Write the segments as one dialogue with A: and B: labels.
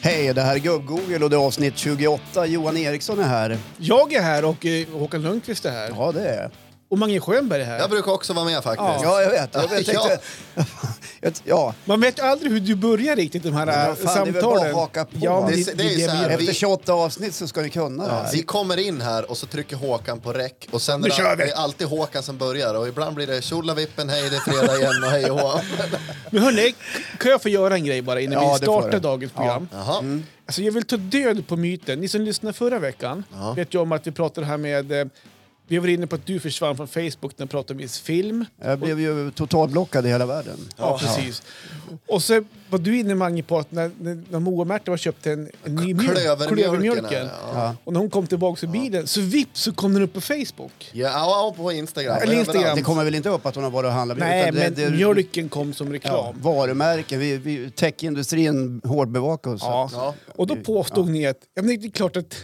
A: Hej, det här är Gubb-Google och det är avsnitt 28. Johan Eriksson är här.
B: Jag är här och eh, Håkan Lundqvist är här.
A: Ja, det är jag.
B: Och Mange Schönberg är här.
C: Jag brukar också vara med faktiskt.
A: Ja, jag vet. Jag vet,
C: Ja.
A: tänkte, jag, ja.
B: Man vet ju aldrig hur du börjar riktigt de här
A: Men
B: ja,
A: vad fan, det är väl
B: samtalen.
A: bara att haka på.
B: Ja, men
C: Det är- det är ju
B: vi
C: så här,
B: gör.
C: vi-
A: Efter 28 avsnitt så ska ni kunna det här.
C: Vi kommer in här och så trycker Håkan på räck och sen är det,
B: kör vi!
C: det är alltid Håkan som börjar och ibland blir det tjolavippen, hej det är fredag igen och hej och hå.
B: Men hörni, kan jag få göra en grej bara innan
A: Ja,
B: vi
A: det får
B: startar
A: du.
B: dagens program?
C: Jaha.
A: Mm.
B: Alltså, jag vill ta död på myten. Ni som lyssnade förra veckan vet ju om att vi pratade här med... eh, Vi var inne på att du försvann från Facebook när vi pratade om viss film.
A: Jag blev ju totalblockad i hela världen.
B: Ja, precis. Och så var du inne Mange på att när, när när Moa och Märta var köpte en, en ny mjölk,
C: Klövermjölken,
B: klövermjölken.
C: ja.
B: Och när hon kom tillbaka till bilen så vips så kom den upp på Facebook.
C: Ja, ja, på Instagram.
B: Eller Instagram.
C: Överallt.
A: Det kommer väl inte upp att hon har varit och handlat?
B: Nej,
A: utan det-
B: men
A: det-
B: mjölken kom som
A: Ja,
B: reklam.
A: varumärken. Vi, vi, techindustrin hårdbevakar oss.
B: Ja.
C: Ja.
B: Och då påstod ni att, ja, men det är klart att,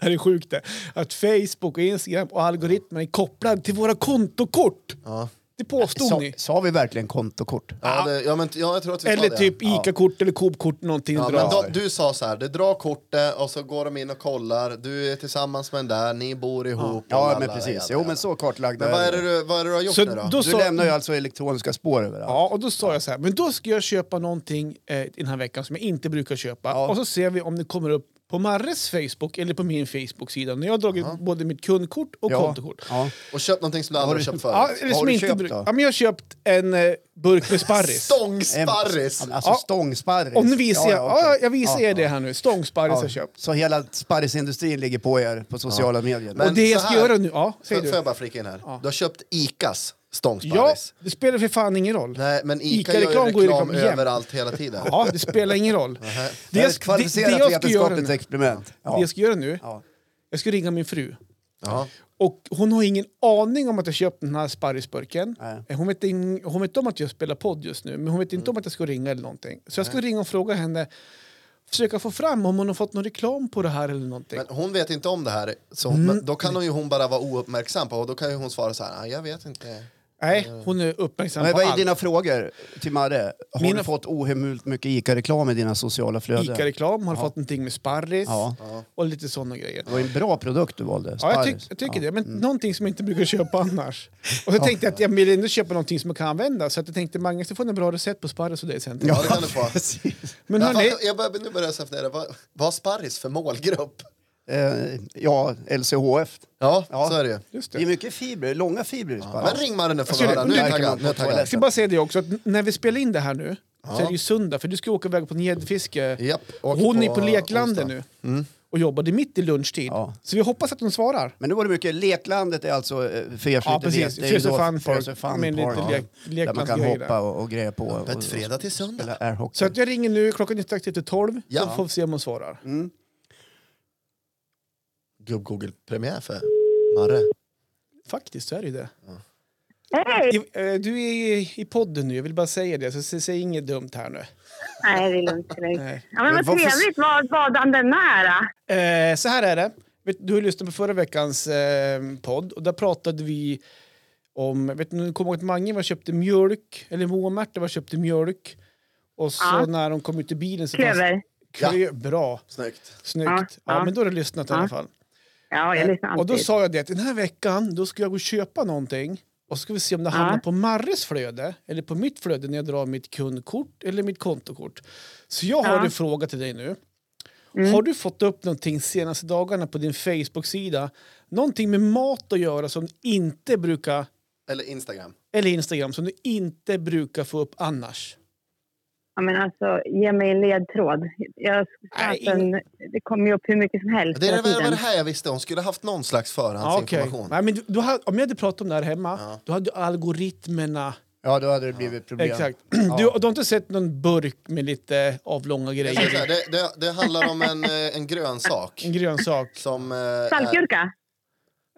B: det här är sjukt det, att Facebook och Instagram och algoritmen är kopplad till våra kontokort. Det påstod
A: Sa,
B: ni.
A: sa vi verkligen kontokort?
C: Ja, det, ja, men, ja, jag tror att vi sa
B: Eller
C: det.
B: typ ICA-kort eller Coop-kort någonting.
C: Ja,
B: Ja,
C: men
B: då,
C: då, du sa så här, du drar kortet och så går de in och kollar, du är tillsammans med den där, ni bor ihop. och
A: Ja,
C: lalala,
A: men precis.
C: jada,
A: Jo,
C: jada.
A: men så kartlagda
C: Men vad är
A: vi.
C: det du, vad är det du har gjort
B: Så
C: nu då?
B: då-
A: Du
B: Så-
A: lämnar ju alltså elektroniska spår överallt.
B: ja, och då sa jag så här, men då ska jag köpa någonting eh, den här veckan som jag inte brukar köpa. Och så ser vi om det kommer upp på Marres Facebook eller på min Facebook-sida. När jag har dragit både mitt kundkort och
A: Ja.
B: kontokort.
A: Ja.
C: Och köpt någonting som du aldrig har köpt förut?
B: Ja, eller
A: Vad har
B: som
A: du
B: inte
A: köpt
B: bruk-
A: då?
B: ja, men jag har köpt en eh, burk med sparris.
C: Stångsparris!
A: En- Alltså
B: Ja.
A: stångsparris.
B: Om nu visar jag,
A: okej.
B: ja, jag visar
A: Ja.
B: er det här nu. Stångsparris har jag köpt.
A: Så hela sparrisindustrin ligger på er på sociala medier.
C: Men
B: Och det jag
C: så
B: ska
C: här-
B: göra nu, ja, säger
C: Får får
B: du.
C: jag bara flika in här?
B: Ja.
C: Du har köpt Icas
B: Ja,
C: stångsparris.
B: det spelar för fan ingen roll.
C: Nej, men Ica,
B: Ica-reklam
C: gör ju
B: går ju
C: reklam
B: reklam jämt.
C: överallt hela tiden.
B: Ja, det spelar ingen roll.
A: det
B: jag
A: är ett
B: sk- det, det
A: kvalificerat
B: jag ska göra
A: vetenskapligt
B: nu,
A: experiment. Ja.
B: det jag ska göra nu,
A: Ja.
B: jag ska ringa min fru.
C: Ja.
B: Och hon har ingen aning om att jag köpt den här sparrisburken.
A: Nej. Mm.
B: Hon vet, in, hon vet om att jag spelar podd just nu, men hon vet inte om att jag ska ringa eller någonting. Så jag ska ringa och fråga henne, försöka få fram om hon har fått någon reklam på det här eller någonting.
C: Men hon vet inte om det här, så men då kan hon ju hon bara vara ouppmärksam på och då kan ju hon svara så här, "Ah, jag vet inte.
B: Nej, hon är uppmärksam
A: eh, Men
B: på
A: vad är
B: allt.
A: dina frågor till Marre? Har
B: Mina-
A: du fått ohemult mycket ICA-reklam i dina sociala flöden?
B: Ica-reklam, har fått någonting med sparris
A: Ja.
B: och lite sådana grejer.
A: Det var en bra produkt du valde.
B: Ja, jag,
A: Sparris. Mm.
B: tyck- jag tycker det, men någonting som jag inte brukar köpa annars. Och så tänkte jag att jag ville ändå köpa någonting som jag kan använda, så att jag tänkte Magnus, du får en bra recept på sparris och det sen.
C: Ja, det kan du få.
A: Precis.
B: Men
C: jag,
B: hörni,
C: fattar- jag börjar, nu börjar jag så här fundera, vad, vad har sparris för målgrupp?
A: Eh, ja, LCHF.
C: Ja,
A: Ja.
C: så är det ju.
B: just
A: Det
B: det.
A: är mycket fibrer, långa fibrer i sparris.
C: Men ring Marre nu får vi
B: Ser du,
C: höra, nu
B: nu
C: är jag
A: märker man
C: taggad.
A: på
C: Nu är jag
B: Jag
C: taggad.
A: toaletten.
B: ska bara säga det också, att n- när vi spelar in det här nu så är det ju söndag, för du ska åka iväg på en gäddfiske.
C: Japp,
B: Och
C: åker
B: hon är
C: på
B: på Leklandet
C: onsdag. Mm.
B: nu och jobbade mitt i lunchtid.
A: Ja.
B: Så vi hoppas att hon svarar.
A: Men nu var det mycket, Leklandet är alltså, eh, för er som
B: Ja,
A: inte
B: precis.
A: vet, det är
B: Fraser
A: ju då
B: Fun Park
A: Fraser Fun
B: med lite
A: Park,
B: lek-
A: där man kan
B: leklandsgrejer där.
A: hoppa och, och greja på. och- och-
C: Öppet fredag till
A: Spela
C: söndag.
A: airhockey.
B: Så att jag ringer nu, klockan är strax efter tolv, så
C: Ja.
B: får vi se om hon svarar.
C: Gubb-Google-premiär för Marre.
B: Faktiskt så är det ju det.
D: Hej!
B: I, eh, du är i- i podden nu, jag vill bara säga det, så sä- säg inget dumt här nu.
D: Nej, det är lugnt. det är lugnt.
B: Nej.
D: Ja, men
A: Men
D: vad
A: varför-
D: trevligt vad, vad han den äh, är.
B: Eh, så här är det, vet, du har lyssnat på förra veckans eh, podd och där pratade vi om, vet du, kommer ihåg att Mange var och köpte mjölk, eller Moa och Märta var och köpte mjölk och så
D: Ja.
B: när de kom ut i bilen så
D: Klöver.
B: fanns klö, bra,
C: Snyggt.
B: snyggt. Ja,
D: Ja, ja.
B: men då har du lyssnat i alla
D: Ja.
B: fall.
D: Ja, jag lyssnar
B: Eh, Och då
D: alltid.
B: sa jag det att den här veckan då ska jag gå och köpa någonting och så ska vi se om det hamnar på Marres flöde eller på mitt flöde när jag drar mitt kundkort eller mitt kontokort. Så jag har
D: Ja. Mm.
B: en fråga till dig nu. Har du fått upp någonting senaste dagarna på din Facebook-sida? Någonting med mat att göra som du inte brukar,
C: Eller Instagram.
B: eller Instagram, som du inte brukar få upp annars?
D: Ja, men alltså, ge mig en ledtråd. Jag,
B: Nej,
D: alltså, en, det kommer ju upp hur mycket som helst
C: Det är
D: hela
C: det, var det
D: tiden.
C: här jag visste, hon skulle haft någon slags
B: Ja, okej.
C: förhandsinformation.
B: Nej, men du, du, hade- om jag hade pratat om det här hemma, då hade algoritmerna...
A: Ja, då hade det blivit problem.
B: Exakt. Du, du har inte sett någon burk med lite avlånga
C: Jag säger
B: grejer?
C: så här, Alltså, det, det, det handlar om en, eh, en grönsak.
B: En grönsak?
C: Som... eh, är,
D: Saltgurka?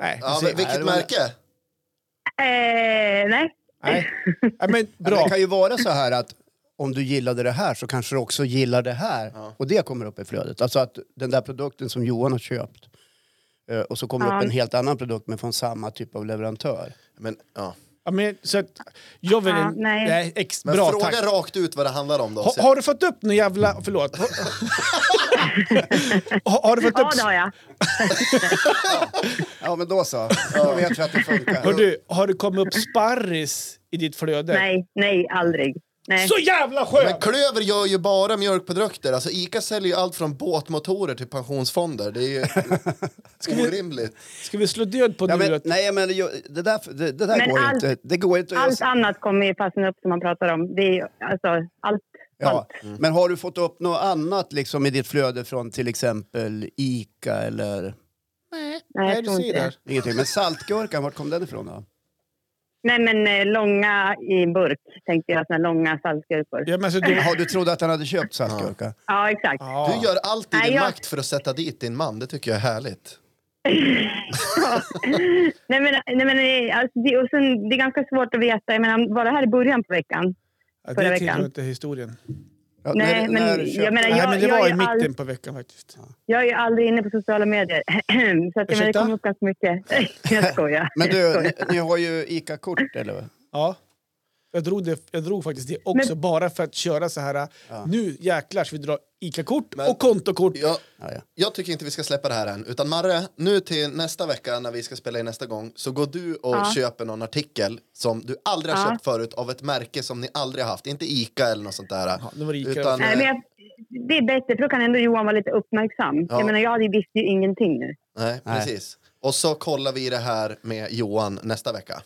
B: Nej,
C: ja,
B: precis.
C: men vilket märke?
D: Eh, nej.
B: Nej. Nej, men
A: Men
B: bra.
A: det kan ju vara så här att om du gillade det här så kanske du också gillar det här. Och det kommer upp i flödet. Alltså att den där produkten som Johan har köpt eh, och så kommer det upp en helt annan produkt men från samma typ av leverantör.
C: Men, ja.
B: Ja, men, så att, jag vill
D: Ja,
B: inte...
D: nej.
B: nej. Ex,
C: Men
B: bra,
C: fråga
B: tack.
C: rakt ut vad det handlar om då.
B: Ha, har du fått upp nu jävla... Förlåt. Ha- har, har du fått
D: Ja,
B: upp...
D: det har jag.
A: Ja, men då så. Då vet vi att det funkar.
B: Hör du, har det kommit upp sparris i ditt flöde?
D: Nej, nej, aldrig. Nej.
B: Så jävla skönt!
C: Men Klöver gör ju bara mjölkprodukter. Alltså Ica säljer ju allt från båtmotorer till pensionsfonder. Det är ju orimligt.
B: Ska vi slå död på
A: Ja,
B: nu?
A: men,
B: att-
A: nej, men ju- det där, det, det där
D: Men
A: går
D: allt-
A: inte. Det går inte. att-
D: Allt annat kommer ju fastna upp som man pratar om. Det är ju, alltså, allt.
A: ja. Men har du fått upp något annat liksom, i ditt flöde från till exempel Ica eller
D: Nej, jag
B: du
D: tror
B: ser
D: inte.
B: där.
D: det.
A: ingenting? Men saltgurkan, vart kom den ifrån då?
D: Nej, men eh, långa i burk tänkte jag. Såna långa saltgurkor. Ja,
B: Ja, men alltså, du,
A: Har du trodde att han hade köpt saltgurka?
D: exakt.
B: ja.
C: Du gör allt i
D: Nej,
C: din
D: jag-
C: makt för att sätta dit din man. Det tycker jag är härligt.
D: nej, men, nej, men eh, alltså, det, och sen, det är ganska svårt att veta. Jag menar, var det här i början på veckan?
B: Ja,
D: förra
B: det tillhör
D: veckan.
B: inte historien.
A: Ja,
D: Nej,
A: när-
D: men
A: när du
D: jag
A: köpte-
D: menar-
B: Nej, men det
D: jag
B: var
D: är
B: i mitten
D: all-
B: på veckan faktiskt.
D: Jag är ju aldrig inne på sociala medier. så att, jag menar, det
B: Ursäkta?
D: kommer upp ganska mycket. jag skojar.
A: Men du,
D: Jag
A: ni,
D: skojar.
A: ni har ju Ica-kort eller?
B: Ja. Jag drog, det, jag drog faktiskt det också bara för att köra så här. Nu jäklar ska vi dra ICA-kort
C: Men-
B: och kontokort.
C: Jag,
A: Ja, ja.
C: jag tycker inte vi ska släppa det här än. Utan Marre, nu till nästa vecka när vi ska spela in nästa gång så går du och
D: Ja.
C: köper någon artikel som du aldrig har
D: Ja.
C: köpt förut av ett märke som ni aldrig har haft. Inte Ica eller något sånt där.
B: Ja, det var Ica.
C: Utan,
D: Nej, men jag, det är bättre, för då kan ändå Johan vara lite uppmärksam.
C: Ja.
D: Jag menar, jag hade ju- visste ju ingenting nu.
C: Nej,
A: Nej.
C: precis. Och så kollar vi det här med Johan nästa vecka.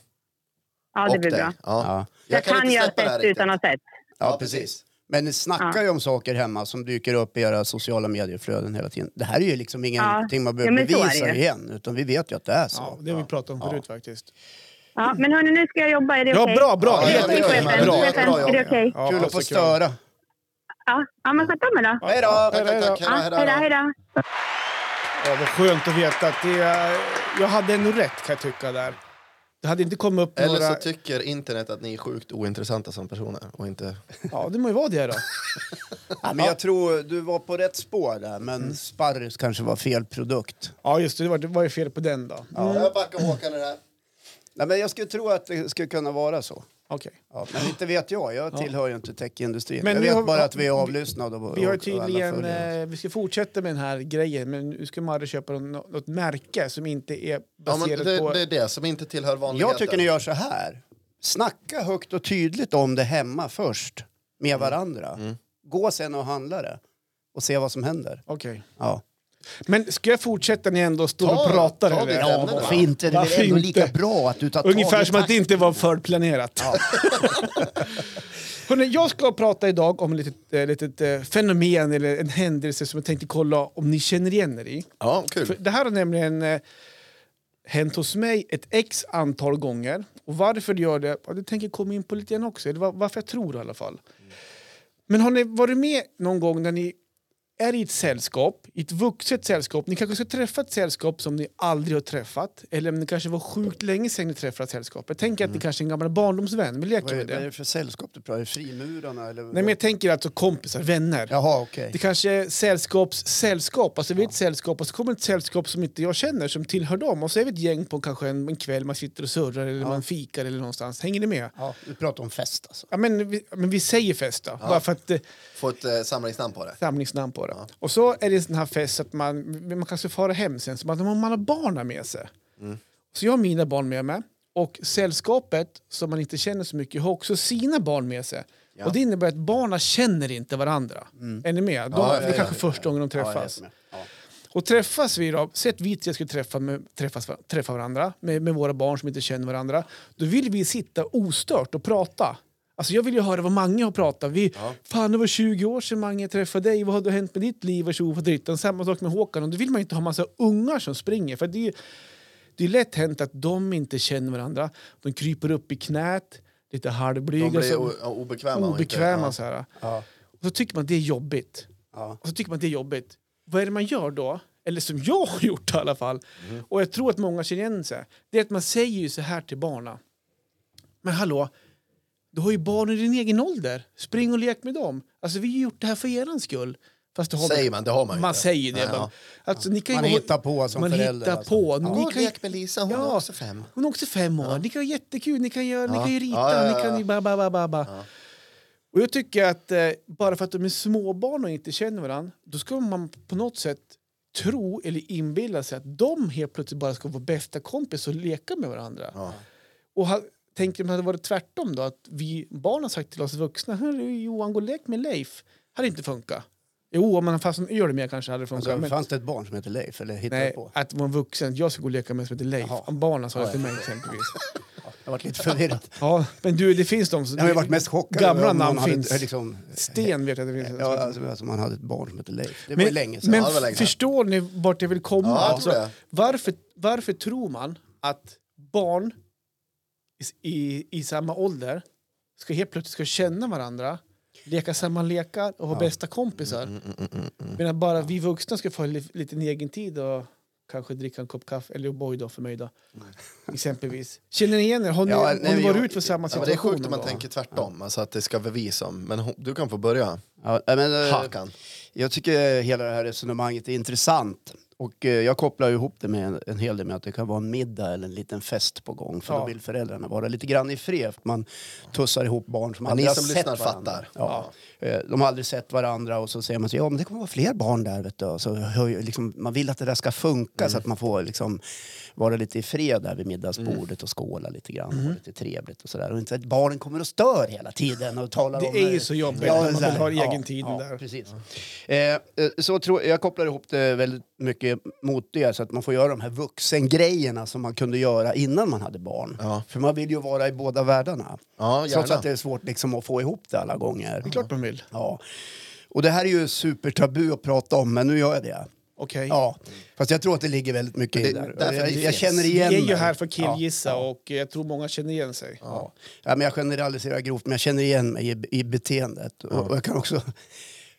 D: Ja, det
C: Och
D: blir
C: dig.
D: bra.
C: Ja.
A: Ja.
D: Jag, kan ju ha
C: släppa det här
D: sett
C: riktigt.
D: utan att ha sett.
C: Ja, precis.
A: Men ni snackar ju om saker hemma som dyker upp i era sociala medieflöden hela tiden. Det här är ju liksom ingenting man behöver
D: Ja, men så är det
A: bevisa
D: ju.
A: igen, utan vi vet ju att det är så.
B: Ja, det har vi pratat om förut faktiskt.
D: Ja, men hörni, nu ska jag jobba. Är det
B: Ja,
D: okej?
B: bra, bra.
D: Är det
C: Ja,
D: okej,
C: bra,
D: chefen?
C: bra,
D: Chefen,
C: bra
D: Är det
C: jobb.
D: okej?
B: Ja,
A: Kul att
B: alltså,
A: få störa.
D: Ja, ja men sköt om er då.
A: Hej då!
C: Tack, tack, tack.
D: Ja,
C: Hej då,
D: hej då, hej då.
B: Ja, vad skönt att veta att det, är- jag hade ändå rätt kan jag tycka där. Det hade inte kommit upp
C: Eller
B: några...
C: så tycker internet att ni är sjukt ointressanta som personer. Och inte...
B: ja, det må ju vara det då.
A: Ja, Mm. men jag tror du var på rätt spår där, men sparris kanske var fel produkt.
B: Ja, just det. Det var, det var ju fel på den då. Mm.
C: Jag backar Håkan i det här.
A: Nej, men jag skulle tro att det skulle kunna vara så.
B: Okej.
A: Ja, men inte vet jag, jag tillhör ju inte techindustrin.
B: Men
A: jag
B: vi
A: vet
B: har-
A: bara att vi är avlyssnade. Och,
B: Vi har ju
A: och- och alla
B: tydligen...
A: följer oss.
B: Eh, vi ska fortsätta med den här grejen, men nu ska Marre köpa nå- något märke som inte är
C: Ja, men
B: baserat
C: det,
B: på...
C: det är det som inte tillhör vanligheten.
A: Jag tycker ni gör så här. Snacka högt och tydligt om det hemma först, med varandra. Gå sen och handla det och se vad som händer.
B: Okej.
A: Ja.
B: Men ska jag fortsätta när jag ändå står
C: Ta-
B: och pratar?
C: ta
B: eller?
C: ditt ämne.
A: varför inte? Det är
B: Varför
A: väl ändå
B: inte?
A: lika bra att du tar tag
B: Ungefär
A: i
B: som att det inte var förplanerat. Hörrni, jag ska prata idag om ett litet, eh, litet eh, fenomen eller en händelse som jag tänkte kolla om ni känner igen er i.
C: Ja, kul.
B: För det här har nämligen eh, hänt hos mig ett x antal gånger. Och varför det gör det, ja, det tänker jag komma in på lite grann också. Eller var, varför jag tror i alla fall. Men har ni varit med någon gång när ni är i ett sällskap, i ett vuxet sällskap, ni kanske ska träffa ett sällskap som ni aldrig har träffat, eller om det kanske var sjukt länge sedan ni träffade sällskapet. Tänk att ni kanske är en gammal barndomsvän, vi leker
A: Mm. Vad är,
B: med
A: vad är
B: det.
A: det för sällskap du pratar om? Frimurarna? Eller?
B: Nej men jag tänker alltså kompisar, vänner.
A: Jaha, okej.
B: Det kanske är sällskapssällskap. Alltså vi är ett sällskap och så kommer ett sällskap som inte jag känner som tillhör dem. Och så är vi ett gäng på kanske en, en kväll man sitter och surrar eller man fikar eller någonstans. Hänger ni med?
A: Ja, du pratar om fest alltså.
B: Ja, men, vi, men vi säger fest då, bara för att eh,
C: Få ett eh, samlingsnamn på det.
B: samlingsnamn på det. Och så är det en sån här fest att man, man kanske fara hem sen, så man, man har barnen med sig.
C: Mm.
B: Så jag har mina barn med mig och sällskapet som man inte känner så mycket har också sina barn med sig. Och det innebär att barnen känner inte varandra. Är ni med? De,
C: Mm. Ja, ja,
B: det
C: ja,
B: är kanske första gången de
A: jag
B: träffas.
A: vet med. Ja.
B: Och träffas vi då, säg att vi tre skulle träffa, med, träffas, träffa varandra med, med våra barn som inte känner varandra. Då vill vi sitta ostört och prata. Alltså jag vill ju höra vad Mange har pratat. Vi, Fan det var 20 år sedan Mange träffade dig, vad har hänt med ditt liv och tjo och dritten. Samma sak med Håkan, och då vill man ju inte ha massa ungar som springer. För det är, det är lätt hänt att de inte känner varandra. De kryper upp i knät, lite halvblyga.
C: De blir
B: så-
C: o- ja, obekväma. och inte-
B: obekväma.
C: ja.
B: Så här.
A: Ja.
B: Och så tycker man det är jobbigt.
A: Ja.
B: Och så tycker man det är jobbigt. Vad är det man gör då? Eller som jag har gjort i alla fall.
C: Mm.
B: Och jag tror att många känner igen sig. Det är att man säger ju så här till barna. Men hallå, du har ju barn i din egen ålder. Spring och lek med dem. Alltså vi har gjort det här för er skull. Fast det har
C: Säger man, det har man ju
B: man
C: inte.
B: säger det.
C: Ja, ja.
B: Man, alltså, ni kan ju
A: Man
B: gå-
A: hittar på som
B: man
A: förälder.
B: hittar
A: alltså.
B: på. Ni
C: Åh,
B: kan ju,
C: lek med Lisa, hon
B: Ja.
C: är också fem.
B: hon är också fem år. Ni kan ha jättekul. Ni kan, göra, ni
C: Ja.
B: kan ju rita.
C: Ja, ja, ja,
B: Ni kan ju ba, ba, ba, ba, ba. Och jag tycker att eh, bara för att de är småbarn och inte känner varandra då ska man på något sätt tro eller inbilla sig att de helt plötsligt bara ska vara bästa kompis och leka med varandra.
C: Ja.
B: Och ha, tänk om det hade varit tvärtom då, att vi barn har sagt till oss vuxna, "Hörru, Johan gå och lek med Leif. Hade inte funkat. Jo, om man hade fast en öl med kanske hade det funkat.
A: Alltså,
B: men-
A: Fanns det ett barn som hette Leif? Eller hittade
B: Nej,
A: på?
B: att vara en vuxen. Jag ska gå och leka med en som heter Leif.
A: Jaha.
B: Barnen sa det
A: Ja,
B: till mig exempelvis.
A: Jag varit lite förvirrad.
B: Ja, men du, det finns de som...
A: Jag har ju varit mest chockad. över
B: Gamla
A: om någon
B: namn
A: hade,
B: finns.
A: eh, Liksom,
B: Sten vet jag att det finns.
A: ja, alltså, alltså, man hade ett barn som hette Leif. Det var ju
B: men
A: länge sedan.
B: men
C: Ja, det var länge sedan.
B: förstår ni vart jag vill komma? Alltså,
C: Ja, jag tror det.
B: varför, varför tror man att barn i, i, i samma ålder ska helt plötsligt ska känna varandra, leka samma lekar och ha bästa kompisar?
C: Mm,
B: Medan bara vi vuxna ska få en li- liten egen tid och kanske dricka en kopp kaffe, eller O'boy då för mig då, exempelvis. Känner ni igen er? Har ni,
A: Ja,
B: har
A: nej,
B: ni varit
A: jag-
B: ut för samma
C: Ja, men
B: situation?
C: det är sjukt om man
B: då?
C: tänker tvärtom, alltså att det ska vara vi som... Men hon, du kan få börja,
A: Ja, nej, men, eh,
C: Hakan.
A: jag tycker hela det här resonemanget är intressant. Och eh, jag kopplar ju ihop det med en, en hel del med att det kan vara en middag eller en liten fest på gång. För
B: Ja.
A: då vill föräldrarna vara lite grann i fred. För man tussar ihop barn som
C: Men
A: aldrig
C: ni
A: har
C: som
A: sett
C: lyssnar
A: varandra.
C: fattar.
A: Ja. Eh, De har aldrig sett varandra och så säger man så, ja men det kommer vara fler barn där vet du. Och Så hör ju liksom, man vill att det där ska funka så att man får liksom vara lite i fred där vid middagsbordet och skåla lite grann. Och ha lite trevligt och sådär. Och inte att barnen kommer och stör hela tiden och talar
B: Det
A: om...
B: är ju så jobbigt när man
A: så här,
B: har egen tid där.
A: Precis. Eh, eh, så tror, jag kopplar ihop det väldigt mycket mot det, så att man får göra de här vuxengrejerna som man kunde göra innan man hade barn.
C: Ja.
A: För man vill ju vara i båda världarna.
C: Ja,
A: Trots
C: gärna.
A: att det är svårt liksom att få ihop det alla gånger.
B: Det är klart man vill.
A: Ja. Och det här är ju supertabu att prata om, men nu gör jag det.
B: Okej.
A: Ja. Fast jag tror att det ligger väldigt mycket i
C: Det-
A: det där.
C: därför
A: Jag,
C: det
A: jag
C: finns.
A: känner
B: Vi
A: igen
B: är ju
A: mig.
B: här för att killgissa
A: Ja,
B: och jag tror många känner igen sig.
A: ja. Ja, men jag generaliserar grovt, men jag känner igen mig i, i beteendet. Och, och jag, kan också,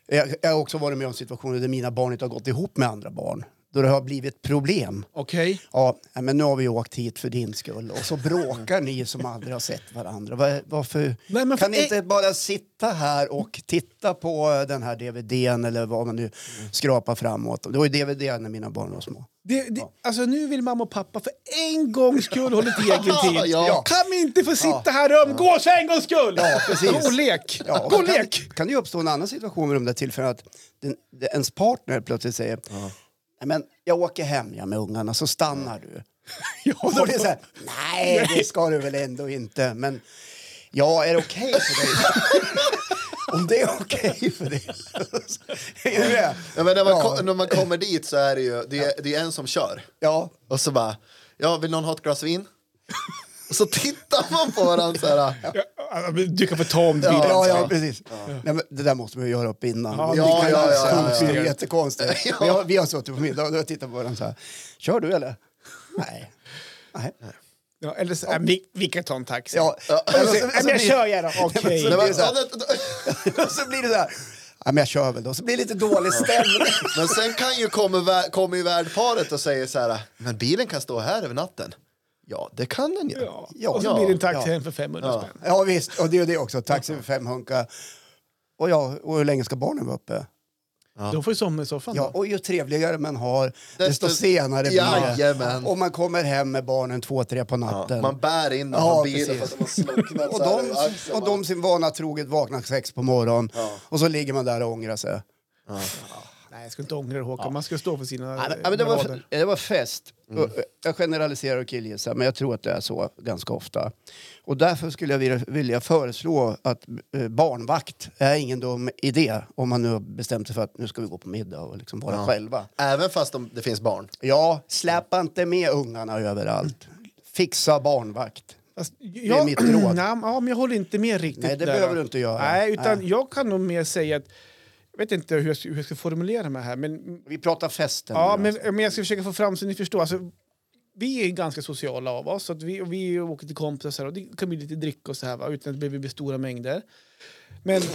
A: jag, jag har också varit med om situationer där mina barn inte har gått ihop med andra barn. Då det har blivit problem.
B: Okej?
A: Ja, nej, men nu har vi åkt hit för din skull och så bråkar ni som aldrig har sett varandra. Var, varför
B: Nej, men
A: kan
B: för-
A: ni inte bara sitta här och titta på den här DVDn eller vad man nu
B: Mm.
A: skrapar framåt? Det var ju DVD när mina barn var små.
B: Det, det, alltså nu vill mamma och pappa för en gångs skull ha lite egen tid.
C: Ja.
B: Kan vi inte få sitta här och umgås för en gångs skull?
A: Ja, precis.
B: Gå och lek!
A: Ja, och
B: Gå
A: då
B: och
A: kan,
B: lek!
A: kan det ju uppstå en annan situation vid de där tillfällena att den, den- ens partner plötsligt säger Nej, men jag åker hem jag med ungarna så stannar du. Och då är det så här, nej det ska du väl ändå inte. Men ja, är det okej för dig? Om det är okej för dig. är du med?
C: Ja, men när, man
A: Ja.
C: ko- när man kommer dit så är det ju det är, det är en som kör.
A: Ja,
C: Och så bara, ja, vill någon ha ett glas vin? Och så tittar man på varandra så här.
B: Ja, ja, men Du kan få ta om du vill.
A: ja, ja
C: ja.
A: precis. Nej, men det där måste man ju göra upp innan.
B: Ja,
A: Det
C: ja,
A: kan-
C: ja, ja,
A: det
C: ja,
A: är
B: ja.
A: jättekonstigt. Vi, har, vi har suttit på middag och då tittar vi på varandra så här. Kör du eller? Nej. Nej.
B: Ja, eller så, ja. vi, vi kan ta en taxi.
A: Ja,
B: Eller
A: och
B: så,
A: så-
B: ja,
A: och så
B: men jag
A: blir-
B: kör gärna. Okej.
A: så-
C: Men,
A: Det är så här.
C: ja, det-
A: Och så blir det så här. Ja, men jag kör väl då. Så blir det lite dålig stämning.
C: men sen kan ju komma, vä- komma ju värdparet och säger så här, men bilen kan stå här över natten. Ja, det kan den ju.
B: Ja.
A: Ja,
B: och så
A: ja,
B: blir det en taxi
A: ja.
B: hem för 500 spänn.
A: Ja visst, och det är ju det också. Taxi för fem hunkar. Och, ja, och hur länge ska barnen vara uppe?
B: De får ju somna i soffan.
A: Ja,
B: då.
A: och ju trevligare man har, desto,
C: Desto-
A: senare blir
C: Jajamän.
A: det. Och man kommer hem med barnen två, tre på
C: Ja,
A: natten.
C: man bär in dem
A: Ja,
C: på bilen för
A: precis.
C: att de har slocknat
A: och,
C: så här
A: de,
C: över axeln.
A: och de sin vana troget vaknar sex på morgonen. Och så ligger man där och ångrar sig.
B: Nej, jag ska inte ångra det Håkan. Man ska stå för sina
A: Ja, men,
B: eh,
A: ja, men det, var,
B: bravader.
A: det var fest. Och, eh, Jag generaliserar och killgissar, men jag tror att det är så ganska ofta. Och därför skulle jag vilja, vilja föreslå att eh, barnvakt är ingen dum idé om man nu har bestämt sig för att nu ska vi gå på middag och liksom vara själva.
C: Även fast de, det finns barn.
A: Ja, släpa inte med ungarna överallt. Fixa barnvakt.
B: Fast
A: är mitt råd.
B: Nej, ja, men jag håller inte med riktigt.
A: Nej, det
B: där.
A: behöver du inte göra.
B: Nej, utan
A: Nej.
B: jag kan nog mer säga att... Jag vet inte hur jag ska, hur jag ska formulera mig här, men...
A: Vi pratar festen.
B: Ja,
A: nu,
B: men,
A: alltså.
B: men jag ska försöka få fram så ni förstår. Alltså, vi är ganska sociala av oss, så att vi, vi åker till kompisar och, så här, och det kan bli lite dricka och så här, va, utan att det behöver bli stora mängder. Men...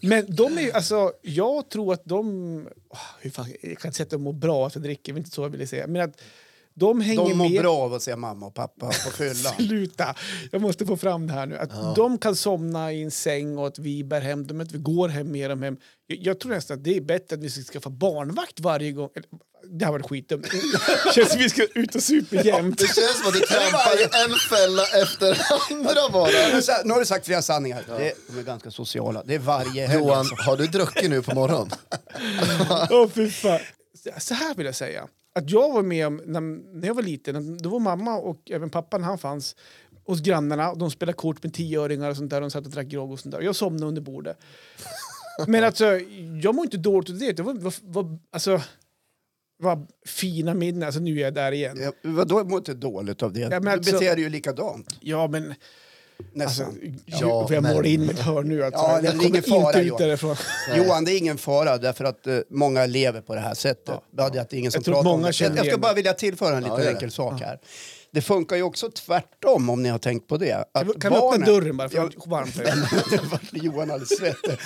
B: Men de är ju, alltså, jag tror att de... åh, Hur fan, jag kan inte säga att de mår bra efter att dricka, det är inte så jag ville säga. Men att De hänger
A: De mår
B: med.
A: bra av att se mamma och pappa på fyllan.
B: Sluta! Jag måste få fram det här nu. Att De kan somna i en säng och att vi bär hem dem, att vi går hem med dem hem. Jag, jag tror nästan att det är bättre att vi ska skaffa barnvakt varje gång. Eller, Det här var skitdumt. känns som vi ska ut och supa jämt.
C: Det känns som att du trampar i en fälla efter andra
A: Nu
C: bara.
A: har sa- Nu har du sagt flera sanningar. Det, de är ganska sociala. Det är varje helg. alltså.
C: Johan, har du druckit nu på morgonen?
B: Åh, fy fan. Så här vill jag säga. Att jag var med om, när, när jag var liten, då var mamma och även pappa när han fanns hos grannarna och de spelade kort med tioöringar och sånt där. De satt och drack grogg och sånt där. Och jag somnade under bordet. Men alltså, jag mår inte dåligt av det. Det var, var, var, alltså, var fina minnen. Alltså nu är jag där igen.
A: Ja, Vadå, jag mår inte dåligt av det.
B: men
A: Du
B: alltså-
A: beter dig ju likadant.
B: Ja, men alltså,
A: Nästan.
B: ja, jag
C: men-
B: målar in mitt hörn nu. Alltså,
A: Ja, det är väl
B: jag kommer
A: ingen fara,
B: inte ut
A: Johan.
B: därifrån.
A: Johan, det är ingen fara därför att eh, många lever på det här sättet. Ja, det är att det är ingen som
B: tror att
A: pratar
B: många
A: om det.
B: känner
A: Jag, jag ska
B: igen
A: bara
B: det.
A: vilja tillföra en liten
C: gör det.
A: enkel sak här. Det funkar ju också tvärtom om ni har tänkt på det. Att
B: Kan du öppna dörren bara? För
A: Ja,
B: jag... varmt här.
A: det vart Johan alldeles svettig. Nej,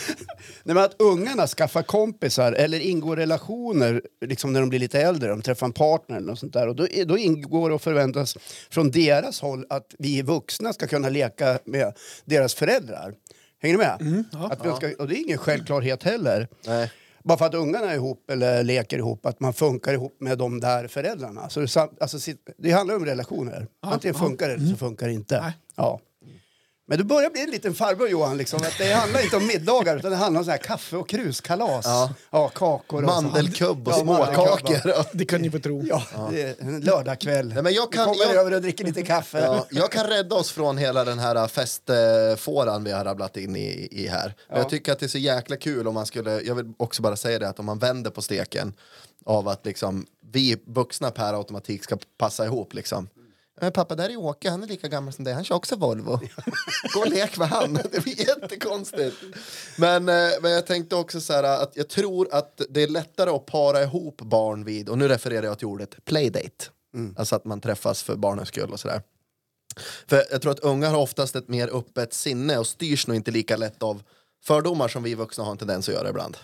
A: men att ungarna skaffar kompisar eller ingår relationer liksom när de blir lite äldre, de träffar en partner eller något sånt där. Och då, då ingår och förväntas från deras håll att vi vuxna ska kunna leka med deras föräldrar. Hänger ni med? att vi ska, och det är ingen självklarhet heller.
C: Nej.
A: Bara för att ungarna är ihop eller leker ihop, att man funkar ihop med de där föräldrarna. Så det, sam- alltså, sitt- det handlar om relationer. Antingen funkar det eller så funkar det inte.
B: Nej.
A: Ja. Men du börjar bli en liten farbror Johan. Liksom. Att det handlar inte om middagar utan det handlar om så här kaffe och kruskalas. Ja. kakor och
C: Mandelkubb och
A: Ja,
C: småkakor.
A: mandelkubb,
B: Det kan ni få tro.
A: Ja, det är en lördagkväll.
C: Nej, men jag kan-
A: vi kommer
C: jag-
A: över och dricker lite kaffe.
C: Ja, jag kan rädda oss från hela den här äh, festfåran vi har rabblat in i, i här. Men jag tycker att det är så jäkla kul om man skulle, jag vill också bara säga det, att om man vänder på steken av att liksom vi vuxna per automatik ska passa ihop liksom. Men pappa, där är Åke, han är lika gammal som dig, han kör också Volvo. Gå och lek med han, det blir jättekonstigt. Men, eh, men jag tänkte också så här äh, att jag tror att det är lättare att para ihop barn vid, och nu refererar jag till ordet playdate. Alltså att man träffas för barnens skull och sådär. För jag tror att ungar har oftast ett mer öppet sinne och styrs nog inte lika lätt av fördomar som vi vuxna har en tendens att göra ibland.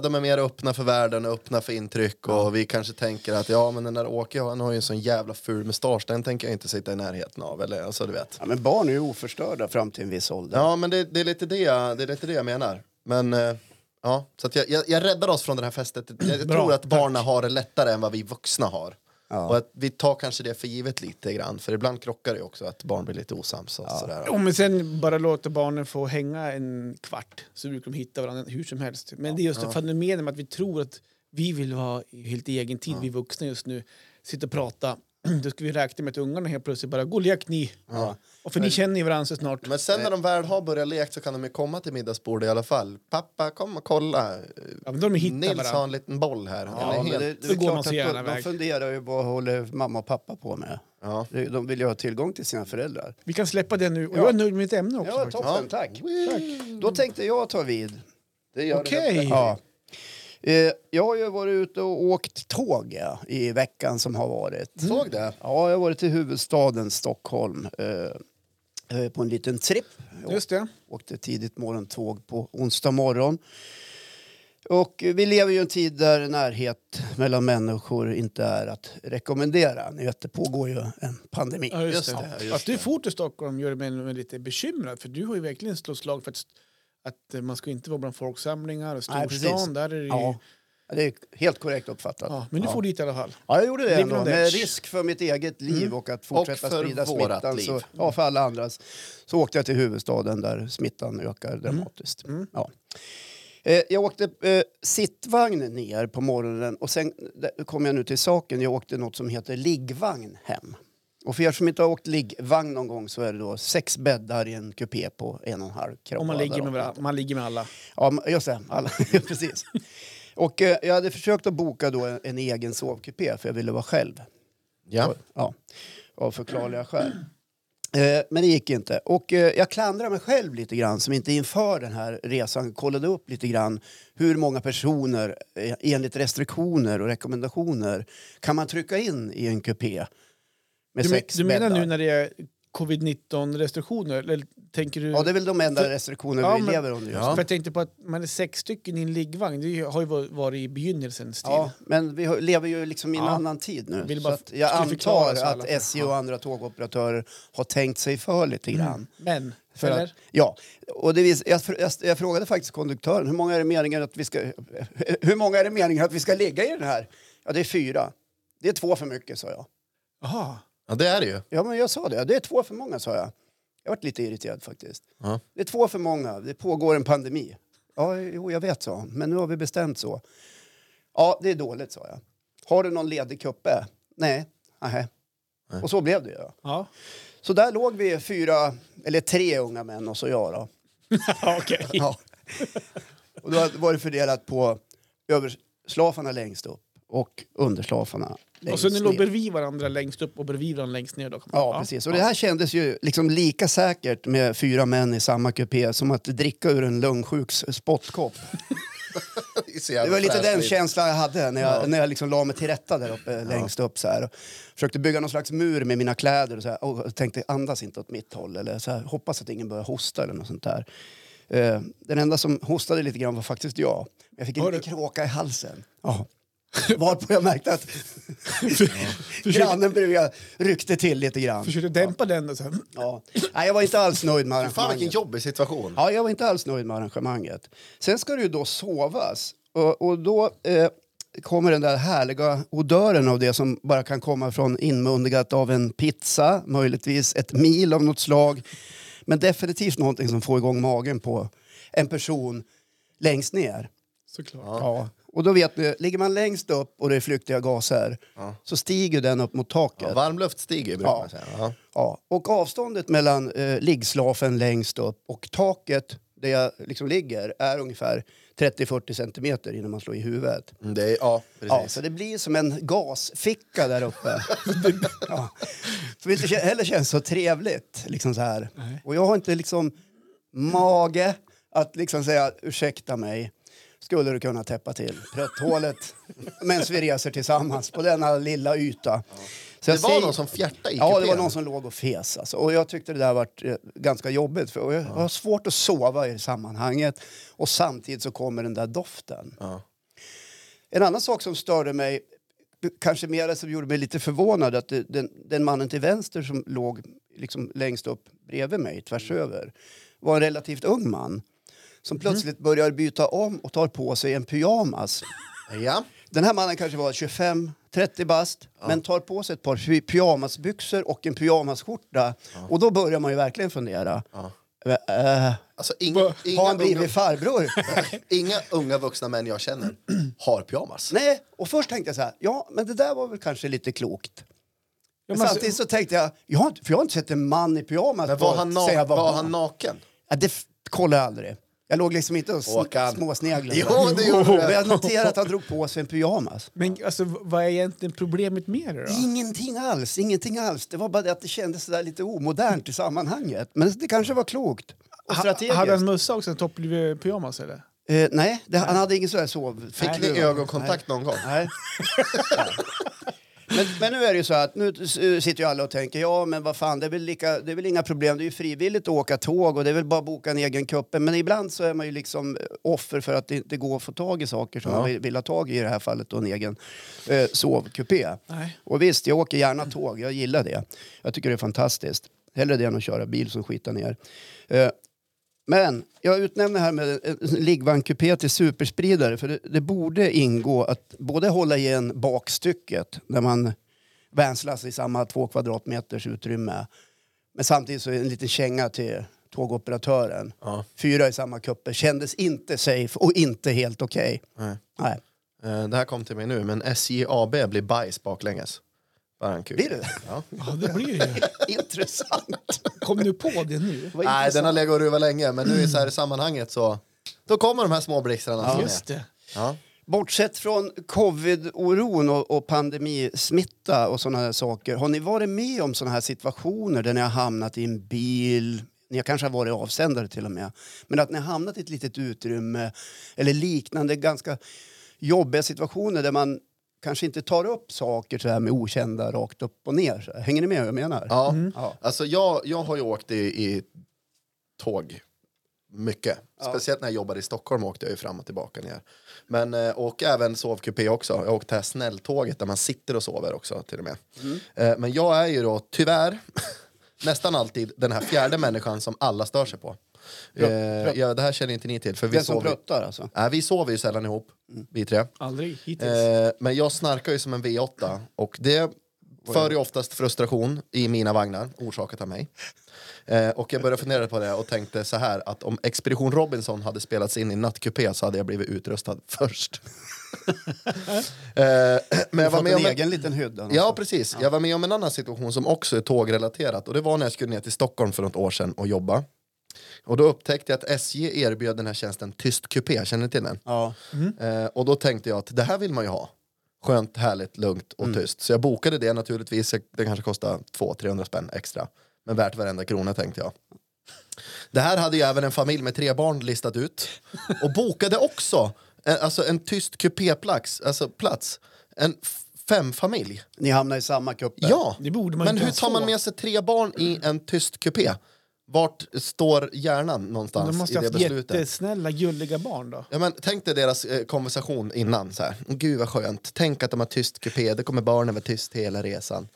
C: De är mer öppna för världen och öppna för intryck och vi kanske tänker att ja men den där Åke han har ju en sån jävla ful mustasch, den tänker jag inte sitta i närheten av eller alltså du vet.
A: Ja, men barn är ju oförstörda fram till en viss ålder.
C: Ja men det, det, är, lite det, jag- det är lite det jag menar. Men eh, ja, så att jag, jag, jag räddar oss från det här festet. Jag, jag
B: Bra,
C: tror att barnen har det lättare än vad vi vuxna har. Och att vi tar kanske det för givet lite grann, för ibland krockar det ju också att barn blir lite osams och sådär.
B: Om vi sen bara låter barnen få hänga en kvart så brukar de hitta varandra hur som helst. Men det är just det fenomenet med att vi tror att vi vill ha helt i egen tid, vi vuxna just nu, sitta och prata. Då ska vi räkna med att ungarna helt plötsligt bara, gå och lek ni. Och för ni känner ju varandra så snart.
C: Men sen
A: Eh.
C: när de väl har börjat leka så kan de ju komma till middagsbordet i alla fall. Pappa, kom och kolla.
B: Ja, men då har de hittat
C: Nils har
B: varandra.
C: en liten boll här.
A: Ja,
C: Den är
A: men det,
C: helt...
A: det är
B: Så går
A: klart
B: man så
A: att
B: gärna
A: de, de
B: iväg.
A: funderar ju vad håller mamma och pappa på med.
C: Ja.
A: De- De vill ju ha tillgång till sina föräldrar.
B: Vi kan släppa det nu. Och jag är nöjd med mitt ämne också.
A: Ja,
B: faktiskt.
A: toppen, tack. Då tänkte jag ta vid.
C: Det gör det
B: Okej.
C: helt-
A: Ja. Eh, Jag har ju varit ute och åkt tåg ja, i veckan som har varit.
B: Mm.
C: Såg det?
A: Ja, jag har varit till huvudstaden Stockholm eh, eh, på en liten tripp. Jag
B: Just det.
A: åkte tidigt morgontåg på onsdag morgon. Och eh, vi lever ju i en tid där närhet mellan människor inte är att rekommendera. Ni vet, det pågår ju en pandemi.
B: Ja, just
C: Just
B: det.
C: det, just
B: att du for till Stockholm gör mig nog lite bekymrad. För du har ju verkligen slått slag för att, att eh, man ska inte vara bland folksamlingar. Och
A: Nej, precis.
B: storstan, där är det ju...
A: Ja,
B: Ja.
A: det är helt korrekt uppfattat.
B: men du får dit i alla fall.
A: Ja, jag gjorde det
B: Ligger
A: ändå.
B: de där? Mm.
A: Med risk för mitt eget liv och att fortsätta
C: Och för
A: sprida
C: vårat
A: smittan.
C: liv.
A: Så, ja, för alla andras. Så åkte jag till huvudstaden där smittan ökar
B: Mm.
A: dramatiskt. Ja. Eh, Jag åkte eh, sittvagn ner på morgonen och sen där kom jag nu till saken. Jag åkte något som heter liggvagn hem. Och för er som inte har åkt liggvagn någon gång så är det då sex bäddar i en kupé på en och en halv kropp.
B: Om man
A: Och
B: ligger,
A: där
B: med varandra, man ligger med alla.
A: Ja, men just det. Alla. Ja, precis. Och eh, jag hade försökt att boka då en, en egen sovkupé för jag ville vara själv.
C: Ja.
A: Ja, av förklarliga skäl. Eh, Men det gick inte. Och eh, jag klandrar mig själv lite grann som inte inför den här resan kollade upp lite grann hur många personer eh, enligt restriktioner och rekommendationer kan man trycka in i en kupé med
B: Du, men-
A: sex
B: du menar
A: bäddar.
B: nu när det är covid-19-restriktioner? Eller tänker du...
A: Ja, det är väl de enda restriktioner
B: Ja,
A: vi
B: men-
A: lever under just
C: Ja.
A: nu.
B: För jag tänkte på att man är sex stycken i en liggvagn. Det har ju va- varit i begynnelsens tid.
A: Ja, men vi har- lever ju liksom i en
B: Ja.
A: annan tid nu.
B: Vill
A: så
B: bara-
A: att jag
B: skulle förklara
A: antar
B: så
A: att
B: alla.
A: SJ och andra tågoperatörer har tänkt sig för lite grann.
B: Men,
A: För
B: Mm. eller?
A: att, ja, och det vis, jag, jag, jag frågade faktiskt konduktören hur många är det meningen att vi ska hur många är det meningen att vi ska ligga i den här? Ja, det är fyra. Det är två för mycket, sa jag.
B: Jaha.
C: Ja, det är det ju.
A: Ja, men jag sa det. Det är två för många, sa jag. Jag varit lite irriterad faktiskt.
C: Ja.
A: Det är två för många. Det pågår en pandemi. Ja, jo, jag vet, sa hon. Men nu har vi bestämt så. Ja, det är dåligt, sa jag. Har du någon ledig kuppe? Nej. Nähä. Och så blev det ju.
B: Ja.
A: Så där låg vi fyra, eller tre unga män och så jag då.
B: ja Okej.
A: Ja. Och då var det fördelat på överslafarna längst upp och underslafarna
B: Och
A: längst
B: så ni låg
A: ner.
B: bredvid varandra längst upp och bredvid varandra längst ner. Då.
A: Ja, precis. Och det här kändes ju liksom lika säkert med fyra män i samma kupé som att dricka ur en lungsjuks spottkopp. Det var lite den känslan jag hade när jag, när jag liksom la mig till rätta där uppe, längst upp så här. Och Försökte bygga någon slags mur med mina kläder och, så här, och tänkte andas inte åt mitt håll eller så här, hoppas att ingen börjar hosta eller något sånt där. Eh, den enda som hostade lite grann var faktiskt jag. Jag fick en
B: Var
A: liten
B: det-
A: kråka i halsen. Ja. Varpå jag märkte att
B: Försökte,
A: grannen bredvid ryckte till lite grann.
B: försökte dämpa den. Och så här.
A: Ja. Nej, jag var inte alls nöjd med
C: Fan vilken
A: arrangemanget.
C: jobbig situation.
A: Ja, jag var inte alls nöjd med arrangemanget. Sen ska det ju då sovas. Och, och då eh, kommer den där härliga odören av det som bara kan komma från inmundigat av en pizza, möjligtvis ett mil av något slag. Men definitivt någonting som får igång magen på en person längst ner.
B: Såklart.
A: Ja. Och då vet ni, ligger man längst upp och det är flyktiga gaser så stiger den upp mot taket.
C: Ja, varmluft stiger brukar
A: Ja.
C: man säga. Ja.
A: Ja, och avståndet mellan eh, liggslafen längst upp och taket där jag liksom ligger är ungefär 30-40 centimeter innan man slår i huvudet.
C: Mm, Det är, ja,
A: Ja,
C: precis.
A: så det blir som en gasficka där uppe. ja. Som inte kä- heller känns så trevligt. Liksom så här. Och jag har inte liksom mage att liksom säga ursäkta mig. Skulle du kunna täppa till prutthålet medan vi reser tillsammans på denna lilla yta? Så jag
C: det var
A: säger-
C: någon som fjärtade i
A: Ja, det var
C: kupén.
A: någon som låg och fes. Alltså. Och jag tyckte det där var ganska jobbigt. För och jag har svårt att sova i det sammanhanget. Och samtidigt så kommer den där doften.
C: Ja.
A: En annan sak som störde mig, kanske mer som gjorde mig lite förvånad, att det, den, den mannen till vänster som låg liksom längst upp bredvid mig, tvärs
C: Mm.
A: över, var en relativt ung man
C: Mm-hmm.
A: som plötsligt börjar byta om och tar på sig en pyjamas.
C: Ja.
A: Den här mannen kanske var 25, 30 bast, men tar på sig ett par py- pyjamasbyxor och en pyjamasskjorta. Och då börjar man ju verkligen fundera. Eh,
C: Alltså, inga,
A: har
C: inga,
A: han blivit
C: unga,
A: farbror?
C: inga unga vuxna män jag känner har pyjamas.
A: Nej, och först tänkte jag så här, ja, men det där var väl kanske lite klokt.
B: Ja,
A: Men
B: men
A: samtidigt så tänkte jag, jag har, inte- för jag har inte sett en man i pyjamas
C: Men
A: på
C: var han, na-
A: sen jag
C: var,
A: var barn.
C: han naken?
A: ja, det f- kollade jag aldrig. Jag låg liksom inte och sn-
C: Håkan.
A: småsneglade.
C: Jo, det gjorde du.
A: Men jag noterade att han drog på sig en pyjamas.
B: Men alltså, vad är egentligen problemet med det då?
A: Ingenting alls, ingenting alls. Det var bara det att det kändes sådär lite omodernt i sammanhanget. Men det kanske var klokt. Och strategiskt.
B: Hade han mössa också? En topplivig pyjamas eller?
A: Eh, nej, det, han hade ingen sån här sov...
C: Fick ni ögonkontakt någon gång?
A: Nej. Nej. Men, men nu är det ju så att nu s- eh, sitter ju alla och tänker ja men vad fan det är, väl lika, det är väl inga problem det är ju frivilligt att åka tåg och det är väl bara att boka en egen kuppe men ibland så är man ju liksom offer för att det inte går att få tag i saker som man vill, vill ha tag i i det här fallet då en egen eh, sovkupé.
B: Nej.
A: Och visst jag åker gärna tåg, jag gillar det. Jag tycker det är fantastiskt. Hellre det än att köra bil som skitar ner. Eh, men jag utnämner här med en liggvagnskupé till superspridare för det, det borde ingå att både hålla igen bakstycket när man vänslas i samma två kvadratmeters utrymme men samtidigt så är det en liten känga till tågoperatören.
C: Ja.
A: Fyra i samma kuppe kändes inte safe och inte helt okej.
C: Nej.
A: Nej.
C: Eh, Det här kom till mig nu, men SJ AB blir bajs baklänges. Bara en kul.
A: Blir det?
C: Ja.
B: Ja, det blir ju.
A: Intressant.
B: Kom du på det nu?
A: Vad
C: Nej, den
A: intressant.
C: har legat och ruvat länge, men nu i så här i sammanhanget så... Då kommer de här små blixtarna som
B: Just
C: är.
B: det.
C: Ja.
A: Bortsett från covid-oron och, och pandemismitta och sådana där saker, har ni varit med om sådana här situationer där ni har hamnat i en bil, ni har kanske har varit avsändare till och med, men att ni har hamnat i ett litet utrymme eller liknande ganska jobbiga situationer där man kanske inte tar upp saker så här med okända rakt upp och ner. Så här. Hänger ni med vad jag menar?
C: Ja.
A: Ja.
C: Alltså jag, jag har ju åkt i, i tåg mycket. Speciellt när jag jobbade i Stockholm åkte jag ju fram och tillbaka ner. Men, eh, och även sovkupé också. Jag åkte här snälltåget där man sitter och sover också till och med. Eh, Men jag är ju då tyvärr nästan alltid den här fjärde människan som alla stör sig på. Eh, Ja, det här känner inte ni till för vi
A: Den som
C: sover,
A: pruttar alltså.
C: nej, vi sover ju sällan ihop, vi tre.
B: Aldrig hittills.
C: Eh, men jag snarkar ju som en V8 och det för ju oftast frustration i mina vagnar, orsakat av mig. Eh, och jag började fundera på det och tänkte så här att om Expedition Robinson hade spelats in i nattkupé så hade jag blivit utrustad först. eh, men jag
A: Jag
C: var med om
A: en
C: en,
A: egen liten hydda. alltså.
C: Ja, precis. Jag var med om en annan situation som också är tågrelaterat. Och det var när jag skulle ner till Stockholm för något år sedan och jobba. Och då upptäckte jag att SJ erbjöd den här tjänsten tyst kupé, känner ni till den?
A: Ja.
C: Eh, och då tänkte jag att det här vill man ju ha. Skönt, härligt, lugnt och
B: Mm.
C: tyst. Så jag bokade det naturligtvis. Det kanske kostade 200-300 spänn extra. Men värt varenda krona tänkte jag. Det här hade ju även en familj med tre barn listat ut. Och bokade också eh, alltså en tyst kupéplats. Alltså plats. En f- femfamilj.
A: Ni hamnar i samma kupp där.
C: Ja,
B: Det borde man
C: men
B: inte
C: hur
B: ens
C: tar man
B: få.
C: med sig tre barn i en tyst kupé? Vart står hjärnan någonstans
B: De måste
C: i
B: ha
C: det
B: haft
C: beslutet?
B: jättesnälla, gulliga barn då.
C: Ja, men tänk dig deras eh, konversation innan. Så här. Gud vad skönt. Tänk att de har tyst kupé. Det kommer barnen vara tyst hela resan.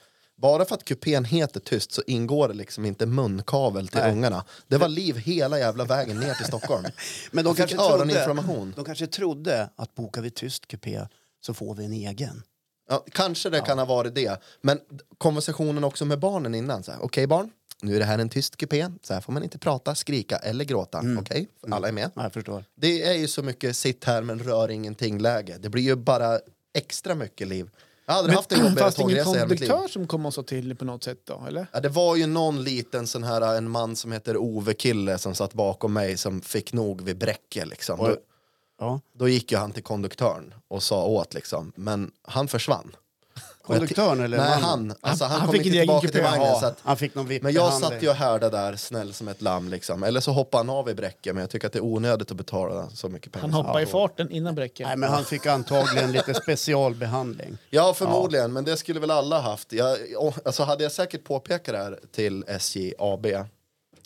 C: Bara för att kupén heter tyst så ingår det liksom inte munkavel till ungarna. Det var liv hela jävla vägen ner till Stockholm.
A: Men de
C: Jag
A: kanske,
C: fick öroninflammation.
A: trodde, de kanske trodde att bokar vi tyst kupé så får vi en egen.
C: Ja, kanske det kan ha varit det. Men konversationen också med barnen innan. så här, Okej barn, nu är det här en tyst kupé. Så här får man inte prata, skrika eller gråta.
A: Mm.
C: Okej, alla är med.
A: Ja, jag förstår.
C: Det är ju så mycket sitt här men rör ingenting-läge. Det blir ju bara extra mycket liv. Jag har aldrig haft en jobbigare
B: Fast ingen
C: tågresa i hela mitt liv.
B: konduktör som kom och sa till på något sätt då, eller?
C: Ja, det var ju någon liten sån här, en man som heter Ove Kille som satt bakom mig som fick nog vid Bräcke liksom. Då,
A: Ja.
C: då gick ju han till konduktören och sa åt liksom, men han försvann. Och jag ti-
A: Konduktören eller
C: Nej,
A: mannen?
C: han, alltså, han,
B: Han- han
C: kom
B: fick
C: inte
B: en egen
C: tillbaka till
B: kupé.
C: vagnen. Så
A: Ja,
C: att,
A: han fick någon
C: men jag
A: VIP-behandling.
C: satt ju och härdade där snäll som ett lamm liksom. Eller så hoppade han av i Bräcke, men jag tycker att det är onödigt att betala så mycket pengar.
B: Han hoppade i farten innan bräcken.
A: Nej, men han fick antagligen lite specialbehandling.
C: Ja, förmodligen. Men det skulle väl alla haft. Jag, och- alltså, hade jag säkert påpekat det här till SJ AB,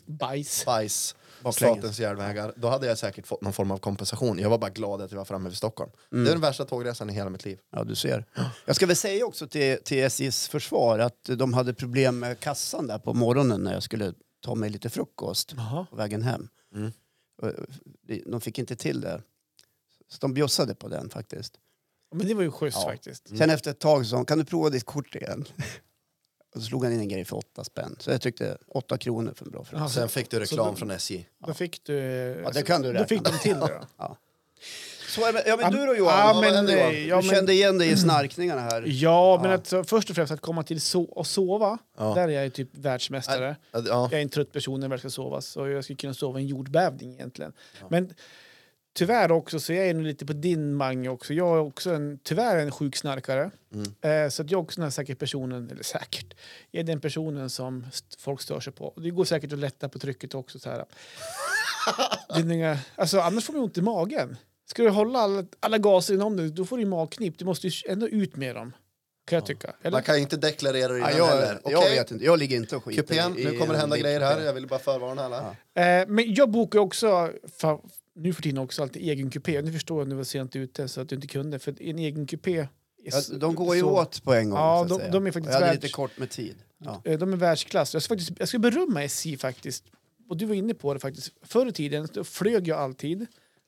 B: Bajs.
C: Bajs,
A: Baklänges.
C: Statens järnvägar, då hade jag säkert fått någon form av kompensation. Jag var bara glad att jag var framme vid Stockholm.
A: Mm.
C: Det är den värsta tågresan i hela mitt liv.
A: Ja, du ser. Jag ska väl säga också till, till SJs försvar att de hade problem med kassan där på morgonen när jag skulle ta mig lite frukost
B: Jaha.
A: på vägen hem. Och, eh, De fick inte till det. Så de bjussade på den faktiskt.
B: Men det var ju schysst faktiskt.
A: Mm.
C: Mm.
A: Sen efter ett tag sa hon, kan du prova ditt kort igen? Och så slog han in en grej för åtta spänn. Så jag tyckte åtta kronor för en bra frukost.
C: Sen fick du reklam
B: så då-
C: från SJ.
B: Då fick du... Ja,
A: det kan du
B: Då
A: räkna
B: fick de
A: med.
B: till det då.
A: Så, är det- ja, men du då
B: Ja,
A: Johan?
B: men,
A: Ja, men, Mm.
B: eh,
A: Johan?
B: ja,
A: du
B: men-
A: kände igen dig i snarkningarna här.
B: Ja, men att, så först och främst att komma till so och sova.
C: Ja. Äh,
B: Där är jag ju typ världsmästare.
C: Ja.
B: Jag är en trött person när jag väl ska sova, så jag skulle kunna sova i en jordbävning egentligen. Men tyvärr också, så jag är nog lite på din Mange också. Jag är också en, tyvärr en sjuk snarkare.
C: Mm.
B: Eh, så att jag är också den här säkert personen, eller säkert, jag är den personen som st- folk stör sig på. Och Det går säkert att lätta på trycket också. Så här. det är inga, alltså, annars får man ju ont i magen. Ska du hålla alla, alla gaser inom dig, då får du ju magknip. Du måste ju ändå ut med dem, kan jag tycka. Eller?
C: Man kan ju inte deklarera det
A: Ja,
C: innan
A: jag,
C: heller.
A: jag
C: Okej,
A: vet inte, jag ligger inte och skiter
C: kupén,
A: i-
C: nu kommer det
A: i-
C: hända
A: i-
C: grejer här. Jag ville bara förvarna alla.
B: Eh, men jag bokar också, fa- nu för tiden också, alltid egen kupé. Nu förstår jag att du var sent ute så att du inte kunde. För en egen kupé... är
A: Ja,
B: s-
A: de går ju
B: så-
A: åt på en gång.
B: Ja,
A: så att
B: de-
A: säga.
B: de är faktiskt
A: Och jag hade
B: världs-
A: lite kort med tid. Ja.
B: Eh, De är världsklass. Jag ska, faktiskt, jag ska berömma SJ faktiskt. Och du var inne på det faktiskt. Förr i tiden då flög jag alltid.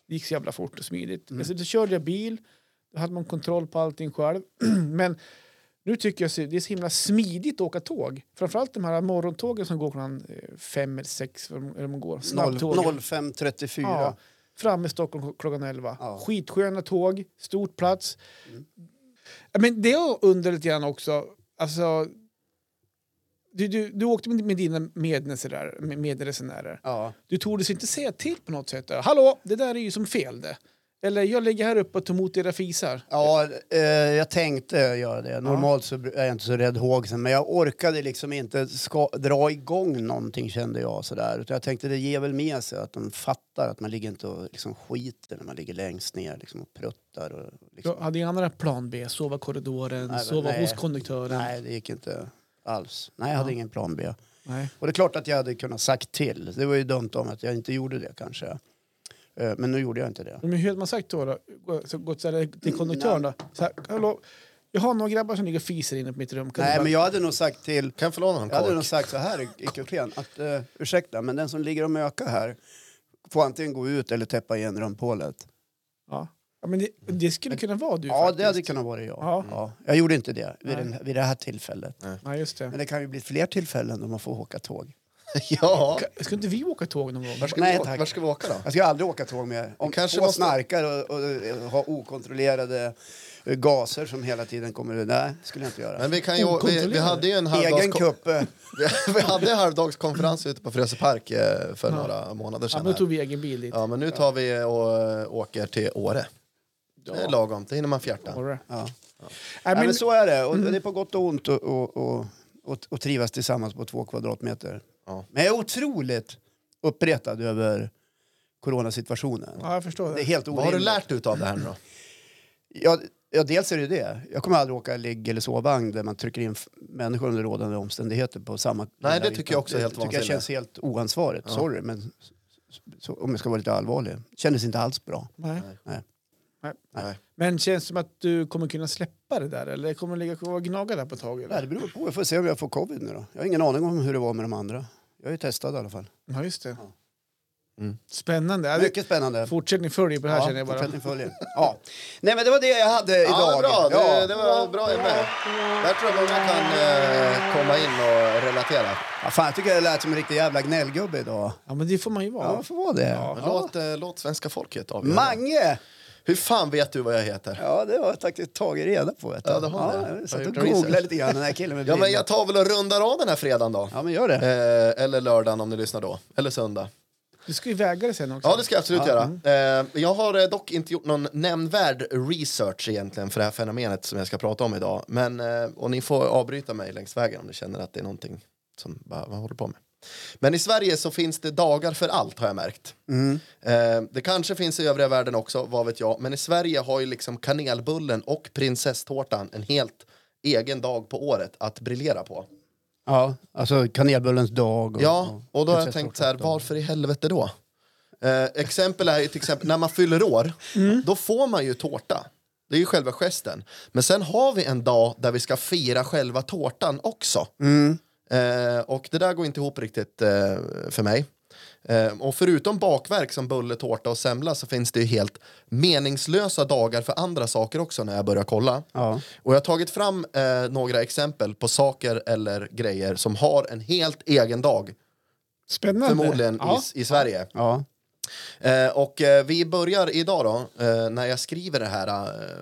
B: Det gick så jävla fort och smidigt. Mm. Då körde jag bil. Då hade man kontroll på allting själv. Men nu tycker jag så- det är så himla smidigt att åka tåg. Framförallt de här morgontågen som går klockan eh, fem eller sex. vad de- Eller de går. Snabbtågen.
A: 05.34.
B: Ja, framme i Stockholm klockan 11.
A: Ja.
B: Skitsköna tåg, stort plats. Mm. Men det jag undrar lite grann också, alltså... Du, du, du åkte med, med dina medresenärer, med- medresenärer.
A: Ja.
B: Du tordes inte säga till på något sätt. Hallå, det där är ju som fel det. Eller jag lägger här uppe och tar emot era fisar.
A: Ja, eh, jag tänkte göra det. Normalt så är jag inte så rädd hågsen, men jag orkade liksom inte ska, dra igång någonting kände jag sådär. Utan jag tänkte det ger väl med sig att de fattar att man ligger inte och liksom skiter när man ligger längst ner liksom och pruttar. Och liksom.
B: Jag hade en annan plan B, sova i korridoren,
A: men
B: sova
A: nej.
B: hos konduktören.
A: Nej, det gick inte alls. Nej, jag hade ingen plan B.
B: Nej.
A: Och det är klart att jag hade kunnat sagt till. Det var ju dumt om att jag inte gjorde det kanske. Eh, Men nu gjorde jag inte det.
B: Men hur hade man sagt då? då? Gå- så- Gått så här till konduktören då? Så här, hallå, jag har några grabbar som ligger och fiser inne på mitt rum. Kan du
A: Nej,
B: bara-
A: men jag hade nog sagt till
C: Kan jag få låna någon
A: Jag hade nog
C: kork?
A: sagt så här i i kupén att eh, ursäkta, men den som ligger och mökar här får antingen gå ut eller täppa igen rumphålet.
B: Ja. Ja, men det, det skulle kunna vara du
A: Ja,
B: faktiskt.
A: det hade kunnat vara jag.
B: Ja.
A: Ja. jag gjorde inte det vid,
B: Nej.
A: den, vid det här tillfället.
B: Nej, just
A: Men
B: det.
A: det kan ju bli fler tillfällen då man får åka tåg.
C: Ja.
B: Ka- Ska inte vi åka tåg någon gång?
C: Var ska,
A: Nej,
C: vi, åka?
A: tack.
C: Var ska vi åka då?
A: Jag ska aldrig åka tåg mer. Om
C: Vi kanske
A: två
C: måste-
A: snarkar och, och, eh, har okontrollerade eh, gaser som hela tiden kommer... Nej, skulle jag inte göra.
C: Men vi, kan ju, vi, vi hade ju en
A: Oh, Egen eh,
C: halvdags-
A: kuppe.
C: vi hade en halvdagskonferens ute på Frösö Park eh, för några månader
B: Ja,
C: sedan.
B: men då
C: här.
B: tog vi egen bil dit.
C: Ja, men nu tar vi och eh, åker till Åre. Det är lagom, det hinner man fjärta.
B: Var det?
A: Ja.
B: Nej,
A: Ja,
B: men,
A: men så är det. Och Det är på gott och ont att och, och, och, och trivas tillsammans på två kvadratmeter.
C: Ja.
A: Men jag är otroligt uppretad över coronasituationen.
B: ja, jag förstår
A: Det är
B: det.
A: helt
C: Vad har du
A: orimligt.
C: lärt dig av det här nu då?
A: Ja, ja, dels är det ju det. Jag kommer aldrig åka ligg eller sovvagn där man trycker in f- människor under rådande omständigheter på samma...
C: Nej, det
A: lilla
C: tycker
A: yta.
C: jag också är helt
A: Det tycker jag
C: vansinnigt.
A: känns helt oansvarigt. Sorry, men s- s- så, om jag ska vara lite allvarlig. Kändes inte alls bra.
B: Nej.
A: Nej.
C: Nej.
B: Men känns det som att du kommer kunna släppa det där? Eller kommer du ligga kvar och gnaga där på ett tag?
A: Nej,
B: Eller?
A: det beror på. Jag får se om jag får covid nu då. Jag har ingen aning om hur det var med de andra. Jag är ju testad i alla fall.
B: Ja, just det.
C: Mm.
B: Spännande. Ja, det-
A: Mycket spännande.
B: Fortsättning följer på det här
A: Ja,
B: känner jag bara.
A: fortsättning följer. Ja. Nej, men det var det jag hade
C: Ja,
A: idag.
C: bra.
A: Ja.
C: Det, det var bra jag med. Där tror jag många kan eh, komma in och relatera.
A: Ja, fan, jag tycker jag lät som en riktig jävla gnällgubbe idag.
B: Ja, men det får man ju vara.
A: Ja, det får vara det.
B: Ja.
A: Ja.
C: Men Låt, eh, låt svenska folket avgöra.
A: Mange!
C: Hur fan vet du vad jag heter?
A: Ja, det har jag faktiskt tagit reda på. Vet du.
C: Ja, det har
A: ja,
C: det.
A: jag
C: Har
A: satt och
C: gjort
A: googlade
C: research.
A: lite grann, den här killen med
C: Ja, men
A: brillor.
C: jag tar väl och rundar av den här fredagen då.
A: Ja, men gör det.
C: Eh, eller lördagen om ni lyssnar då. Eller söndag.
B: Du ska ju väga det sen också.
C: Ja, det ska jag absolut göra. Eh, jag har eh, dock inte gjort någon nämnvärd research egentligen för det här fenomenet som jag ska prata om idag. Men, eh, och ni får avbryta mig längs vägen om ni känner att det är någonting som bara, vad håller på med. Men i Sverige så finns det dagar för allt har jag märkt. Eh, det kanske finns i övriga världen också, vad vet jag. Men i Sverige har ju liksom kanelbullen och prinsesstårtan en helt egen dag på året att briljera på.
A: Ja, alltså kanelbullens dag. Och,
C: Ja, och då har jag tänkt så här, varför i helvete då? Eh, exempel är ju till exempel när man fyller år, då får man ju tårta. Det är ju själva gesten. Men sen har vi en dag där vi ska fira själva tårtan också. Eh, och det där går inte ihop riktigt eh, för mig. Eh, och förutom bakverk som bulle, tårta och semla så finns det ju helt meningslösa dagar för andra saker också när jag börjar kolla.
A: Ja.
C: Och jag har tagit fram eh, några exempel på saker eller grejer som har en helt egen dag
B: Spännande.
C: Förmodligen
B: Ja.
C: i, i Sverige.
A: Ja.
C: Eh, och eh, vi börjar idag då, eh, när jag skriver det här, eh,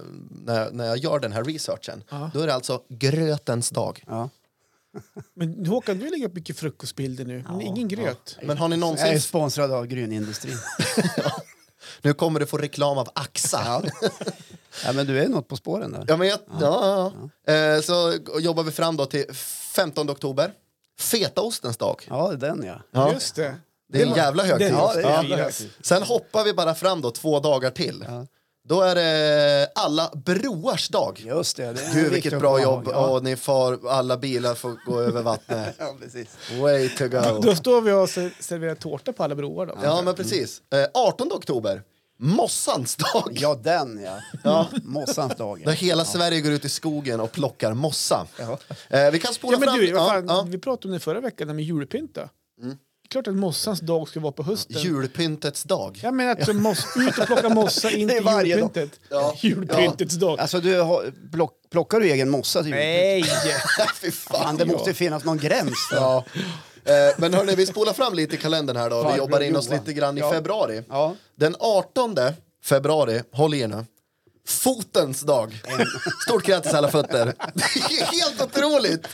C: när, när jag gör den här researchen. Då är det alltså grötens dag.
A: Ja.
B: Men Håkan, du lägger upp mycket frukostbilder nu. Men ingen gröt.
C: Men har ni
A: Jag är
C: någonsin...
A: sponsrad av Grynindustrin.
C: Nu kommer du få reklam av Axa.
A: ja, men du är något på spåren där.
C: Ja, men jag, ja, ja, ja. Eh, så g- jobbar vi fram då till 15 oktober. Fetaostens dag.
A: Ja, den ja.
C: Ja.
B: Just det.
C: Det är en jävla högtid.
B: Den- ja, det är en
C: Ja.
B: jävla högtid.
C: Sen hoppar vi bara fram då två dagar till. Då är det alla broars dag.
A: Just det. det är en
C: Gud
A: viktig
C: vilket bra
A: uppmaning.
C: jobb
A: Eh, Ja.
C: och ni far, alla bilar får gå över vattnet.
A: Ja, precis.
C: Way to go.
B: Då står vi och ser- serverar tårta på alla broar då.
C: Ja men precis. Eh, 18 oktober, mossans dag.
A: Ja, den ja. ja. Mossans dag.
C: Där
A: Ja.
C: hela Sverige går ut i skogen och plockar mossa. Eh, vi kan spola
B: Ja, men
C: fram...
B: du, vad fan,
C: ja, Mm.
B: vi pratade om det förra veckan, där med julpynta. Klart att mossans dag ska vara på hösten.
C: ja. Julpyntets dag.
B: Jag menar att du måste ut och plocka mossa in
A: Det är
B: till
A: varje dag.
B: julpyntet.
C: Ja.
B: Julpyntets dag.
A: Alltså, du har, plock, plockar du egen mossa till julpynt?
B: Nej!
C: Fy
A: Fan,
C: fan.
A: det måste ju finnas någon gräns. Då.
C: Ja. Eh, men hörni, vi spolar fram lite i kalendern här då. Vi
A: Farbror
C: jobbar in oss
A: Johan.
C: lite grann i
A: Ja.
C: februari.
A: Ja.
C: Den 18 februari, håll i er nu, fotens dag. Stort grattis alla fötter. Det är helt otroligt!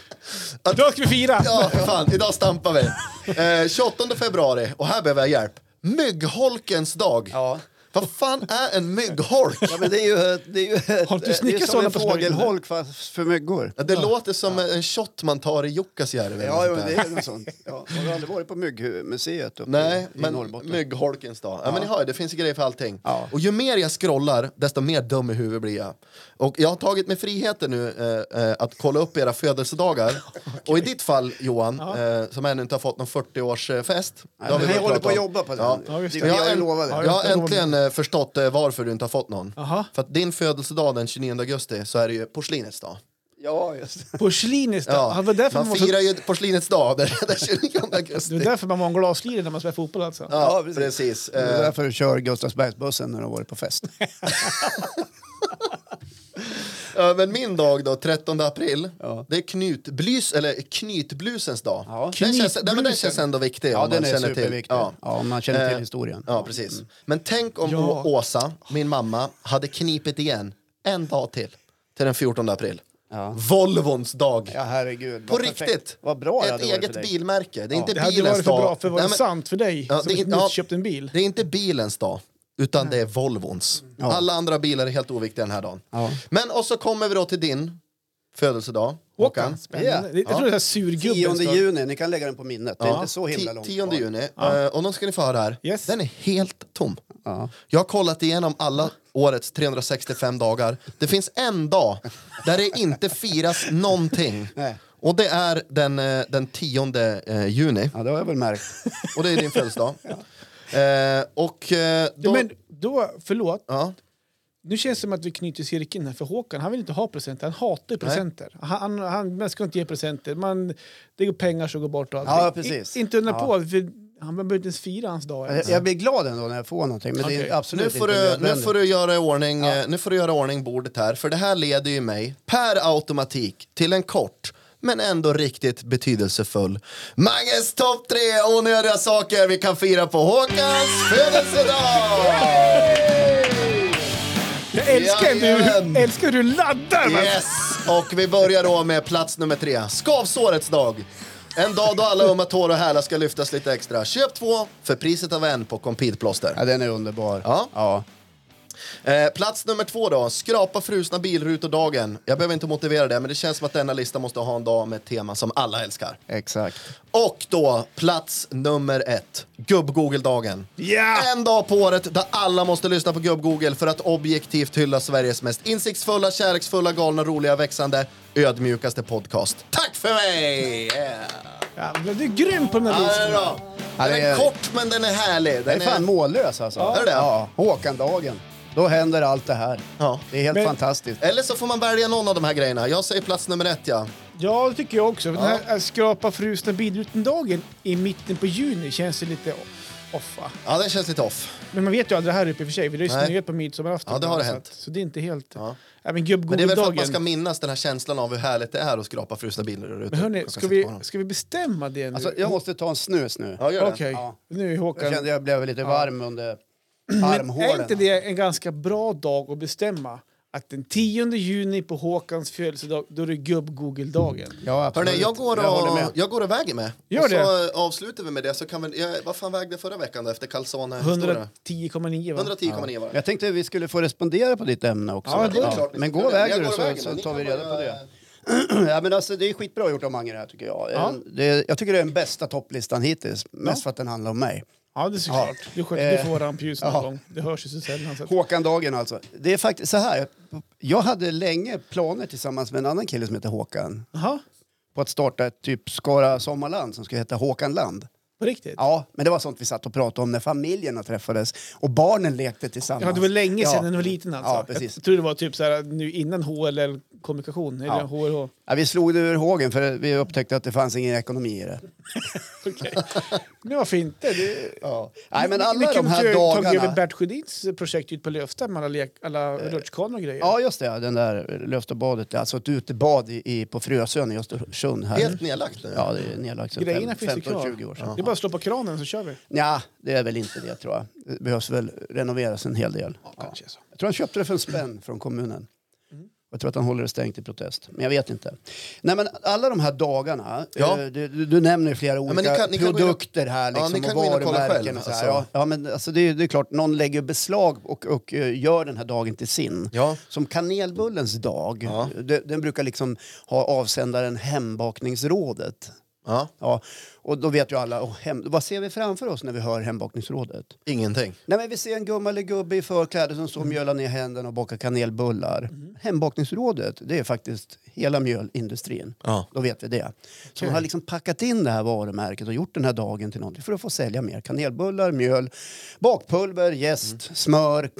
C: Att,
B: Idag ska vi fira!
C: ja, för fan, idag stampar vi. Eh, 28 februari, och här behöver jag hjälp, myggholkens dag.
A: Ja.
C: Vad fan är en myggholk?
A: Ja, men det är ju... Det är ju
B: Har inte
A: det är
B: snickat
A: som
B: sådana
A: en
B: på smörgås?
A: fågelholk fast för myggor.
C: Ja, Det låter som en shot man tar i Jukkasjärvi. eller
A: Ja,
C: något
A: jo,
C: sånt
A: det
C: där.
A: är något sånt. Ja. Har du aldrig varit på myggmuseet uppe
C: Nej,
A: i
C: men
A: Norrbotten?
C: myggholkens dag. Ja. men ni hör ju, det finns ju grejer för allting.
A: Ja.
C: Och ju mer jag scrollar, desto mer dum i huvudet blir jag. Och jag har tagit mig friheten nu eh, eh, att kolla upp era födelsedagar. Och i ditt fall, Johan, eh, som ännu inte har fått någon 40-årsfest. det har
A: men
C: vi
A: jag håller
C: pratat
A: på att
C: om.
A: jobba på det.
C: Ja.
B: Ja, just
A: det.
B: det.
A: Jag,
C: har
A: jag
C: änt-
A: lovade.
B: Ja,
A: Ja,
C: jag har
B: jag lovar.
C: äntligen eh, förstått eh, varför du inte har fått någon.
B: Aha.
C: För att din födelsedag den 29 augusti så är det ju porslinets dag.
A: just det.
B: Porslinet, ja. det var därför man,
C: man
B: var
C: firar
B: så,
C: ju porslinets dag den den 29 augusti.
B: det var därför man var en glaslirare när man spelade fotboll alltså.
C: Ja,
A: Ja,
C: precis.
A: precis.
C: Eh,
A: Det är därför du kör Gustavsbergsbussen när du har varit på fest.
C: Ja, men min dag då, 13 april, det är knutblus, eller knytblusens dag.
A: Ja.
C: Den, känns, nej, men den känns ändå viktig. om
A: Ja,
C: man
A: den är
C: känner till.
A: superviktig.
C: Ja.
A: Ja. Mm. om man känner till
C: Eh,
A: historien.
C: ja, precis. Men tänk om
B: Ja.
C: Å- Åsa, min mamma, hade knipit igen en dag till, till den 14 april.
A: Ja.
C: Volvons dag.
A: Ja, herregud.
C: På
A: vad perfekt.
C: riktigt!
A: Vad bra det
C: Ett
A: hade varit för
C: eget
A: dig.
C: bilmärke. Det är inte
B: Det hade
C: bilens
B: varit för
C: dag.
B: bra för att vara
C: Nej, men-
B: sant för dig
C: Ja,
B: som
C: det är
B: nyss
C: inte- ja.
B: köpt en bil.
C: Det är inte bilens dag, utan det är Volvons. Alla andra bilar är helt oviktiga den här dagen.
A: Ja.
C: Men och så kommer vi då till din födelsedag, Håkan.
B: Håkan, spännande.
A: Ja.
B: Jag tror det är den här surgubben.
A: 10
B: ska-
A: juni, ni kan lägga den på minnet. Det är
C: Ja.
A: inte så himla långt
C: 10
A: kvar.
C: juni. Eh, och nu ska ni få höra här.
B: Yes.
C: Den är helt tom.
A: Ja.
C: Jag har kollat igenom alla årets 365 dagar. Det finns en dag där det inte firas någonting.
A: Nej.
C: Och det är den, eh, den 10 eh, juni.
A: ja, det har jag väl märkt.
C: Och det är din födelsedag. Eh, och eh, då...
B: Men då, förlåt,
C: ja.
B: nu känns det som att vi knyter cirkeln här för Håkan. Han vill inte ha presenter, han hatar ju presenter. Han, han, man ska inte ge presenter, man, det går pengar som går bort och allt.
A: Ja, precis.
B: I, inte undra
A: Ja.
B: på, för han behöver inte ens fira hans dag.
A: Jag, jag blir glad ändå när jag får någonting, men det
B: Okej.
A: är absolut
C: Nu får,
A: inte
C: du, nu,
A: nödvändigt.
C: får du göra i ordning, eh, nu får du göra i ordning bordet här, för det här leder ju mig per automatik till en kort men ändå riktigt betydelsefull Manges topp tre onödiga saker vi kan fira på Håkans födelsedag!
B: Jag älskar hur
C: Jajamän.
B: du, älskar hur du laddar! man.
C: Yes! Och vi börjar då med plats nummer tre, skavsårets dag. En dag då alla ömma tår och hälar ska lyftas lite extra. Köp två för priset av en på Compete-plåster.
A: Ja, den är underbar.
C: Ja.
A: Ja.
C: Eh, plats nummer två då, skrapa frusna bilrutor-dagen. Jag behöver inte motivera det, men det känns som att denna lista måste ha en dag med ett tema som alla älskar.
A: Exakt.
C: Och då, plats nummer ett, gubb-Google-dagen.
B: Ja!
C: En dag på året där alla måste lyssna på gubb-Google för att objektivt hylla Sveriges mest insiktsfulla, kärleksfulla, galna, roliga, växande, ödmjukaste podcast. Tack för mig! Yeah.
B: Jävlar, du är grym på den här
C: Ja,
B: listan.
C: det är bra.
A: Ja,
C: Den
A: det
C: är
A: är-
C: kort, men den är härlig.
A: Den
C: Den
A: är fan mållös alltså.
C: Är det det?
A: Ja, Håkan-dagen. Då händer allt det här.
C: Ja.
A: Det är helt
B: Men-
A: fantastiskt.
C: Eller så får man välja någon av de här grejerna. Jag säger plats nummer ett, ja.
B: Ja, det tycker jag också. Den här skrapa frusna bilrutan-dagen i mitten på juni känns ju lite off. va?
C: Ja, den känns lite off.
B: Men man vet ju aldrig här uppe i och för sig. Vi har ju
C: Nej.
B: snöat på midsommarafton.
C: Ja, det har det
B: Så
C: hänt.
B: att- Så det är inte helt...
C: Ja.
B: Även
C: Men det är väl för att man ska
B: gubb-Google-dagen.
C: minnas den här känslan av hur härligt det är att skrapa frusna bilar där ute.
B: Men hörni,
C: Klockan
B: ska
C: sex
B: vi,
C: på morgonen.
B: ska vi bestämma det nu?
A: Alltså, jag måste ta en snus nu.
C: Ja, gör det.
B: Okej,
A: Ja.
B: nu är
A: Jag
B: Håkan...
A: kände jag blev lite varm under
B: Är inte
A: armhålen.
B: det en ganska bra dag att bestämma? Att den 10 juni på Håkans födelsedag, då är det gubb-Google-dagen.
A: Ja, absolut.
C: Hörni, jag går
A: Jag
C: och,
A: håller
C: jag
A: med.
C: går och väger med.
B: Gör
C: och så
B: det.
C: eh, avslutar vi med det. Så kan vi, jag, vad fan vägde jag förra veckan då efter calzone?
B: 110,9 va?
C: 110,9 var det.
A: Jag tänkte vi skulle få respondera på ditt ämne också.
B: Ja, det är
C: klart ni
A: Men
C: ska
A: gå
C: göra. Jag
A: väg
C: går
A: du så,
C: vägen, men
A: så
C: ni
A: tar
C: kan
A: vi reda
C: bara-
A: på det. ja, men alltså, det är skitbra gjort av Mange det här tycker jag. Ehm,
B: Ja.
A: Det är, jag tycker det är den bästa topplistan hittills. Mest för att den handlar om mig.
B: Ja, det är såklart. Du, sköt, du
A: Eh,
B: får vara rampljus någon
A: ja.
B: gång. Det hörs ju så sällan. Så att...
A: Håkan-dagen alltså. Det är faktiskt så här. Jag hade länge planer tillsammans med en annan kille som heter Håkan
B: Jaha,
A: på att starta ett typ Skara Sommarland som skulle heta Håkanland.
B: på riktigt?
A: Ja, men det var sånt vi satt och pratade om när familjerna träffades och barnen lekte tillsammans.
B: Ja, det var länge sedan
A: Ja.
B: när du var liten alltså.
A: Ja, precis.
B: Jag tror det var typ så här nu innan HLL-kommunikation, eller
A: Ja.
B: HRH.
A: Ja, vi slog det ur hågen för vi upptäckte att det fanns ingen ekonomi i det.
B: Okej. Men varför inte? Det...
A: Ja. Nej, men
B: Ni-
A: alla
B: ni
A: de
B: kunde
A: här
B: ju tagit över
A: dagarna... Eh,
B: Bert Sjödins projekt ute på Lövsta med alla, lek- alla rutschkanor och grejer.
A: Ja, just det. Den där Löftabadet. Alltså ett utebad i, i, på Frösön i Östersund. Här.
C: Helt nedlagt nu.
A: Ja, det är nedlagt sedan
B: Grejerna finns ju kvar.
A: 15-20 år sedan.
B: Det är bara att slå på kranen så kör vi.
A: Nja, det är väl inte det tror jag. Det behövs väl renoveras en hel del.
B: Ja, kanske så.
C: Mm.
A: Jag tror han köpte det för en spänn från kommunen. Jag tror att han håller det stängt i protest. Men jag vet inte. Nej, men alla de här dagarna,
C: Ja.
A: eh, du, du, du nämner flera olika
C: men ni kan- ni kan gå in och-
A: produkter här liksom,
C: Ja, ni kan
A: och
C: gå in och kolla
A: varumärken.
C: själv,
A: Och så här.
C: alltså.
A: Ja, ja, men alltså, det, är, det är klart, någon lägger ju beslag och, och eh, gör den här dagen till sin.
C: Ja.
A: Som kanelbullens dag,
C: Ja.
A: de- den brukar liksom ha avsändaren Hembakningsrådet.
C: Ja,
A: Ja, och då vet ju alla, oh, hem, vad ser vi framför oss när vi hör Hembakningsrådet?
C: ingenting.
A: Nej, men vi ser en gumma eller gubbe i förkläde som står
C: Mm.
A: och mjölar ner händerna och bakar kanelbullar. Hembakningsrådet, det är faktiskt hela mjölindustrin.
C: Ja.
A: Då vet vi det. Som har liksom packat in det här varumärket och gjort den här dagen till någonting för att få sälja mer kanelbullar, mjöl, bakpulver, jäst, smör,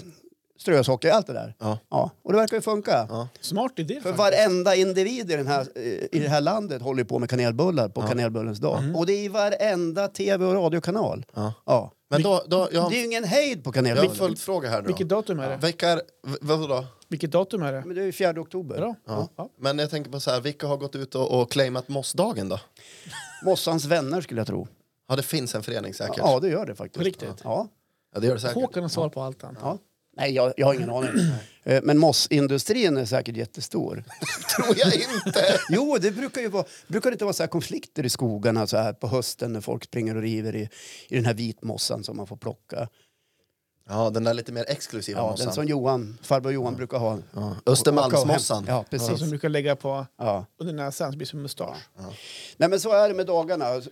A: strösocker, allt det där.
C: Mm. Ja.
A: Och det verkar ju funka.
B: Smart idé
A: För
B: faktiskt.
A: varenda individ i, den här, eh, i det här landet håller ju på med kanelbullar på kanelbullens dag. Och det är i varenda tv och radiokanal.
C: Ja.
A: Ja.
C: Men då, då, jag,
A: Det är ju ingen hejd på
C: jag har en
A: kanelbullen.
C: följdfråga här nu
B: Vilket
C: då.
B: datum är det?
C: Veckar, v- vadå?
B: Vilket datum är det?
A: Men det är ju 4 oktober.
B: Bra.
C: Ja.
B: Ja.
C: Men jag tänker på så här, vilka har gått ut och, och claimat mossdagen då?
A: Mossans vänner skulle jag tro.
C: Ja, det finns en förening säkert.
A: Ja, det gör det faktiskt.
B: På riktigt?
A: Ja.
C: Ja, det gör det säkert.
B: Håkan har svar på allt han.
A: ja. Nej, jag, jag har ingen aning. Eh, Men mossindustrin är säkert jättestor.
C: tror jag inte.
A: Jo, det brukar ju vara, brukar det inte vara så här konflikter i skogarna så här på hösten när folk springer och river i, i den här vitmossan som man får plocka.
C: Ja, den där lite mer exklusiva
A: Ja, den
C: mossan.
A: som Johan, farbror Johan brukar ha. Ja.
C: Östermalmsmossan.
A: Ja,
B: Alltså, Som du
A: precis.
B: brukar lägga på
A: Ja.
B: under näsan så blir det som mustasch.
A: Nej, men så är det med dagarna.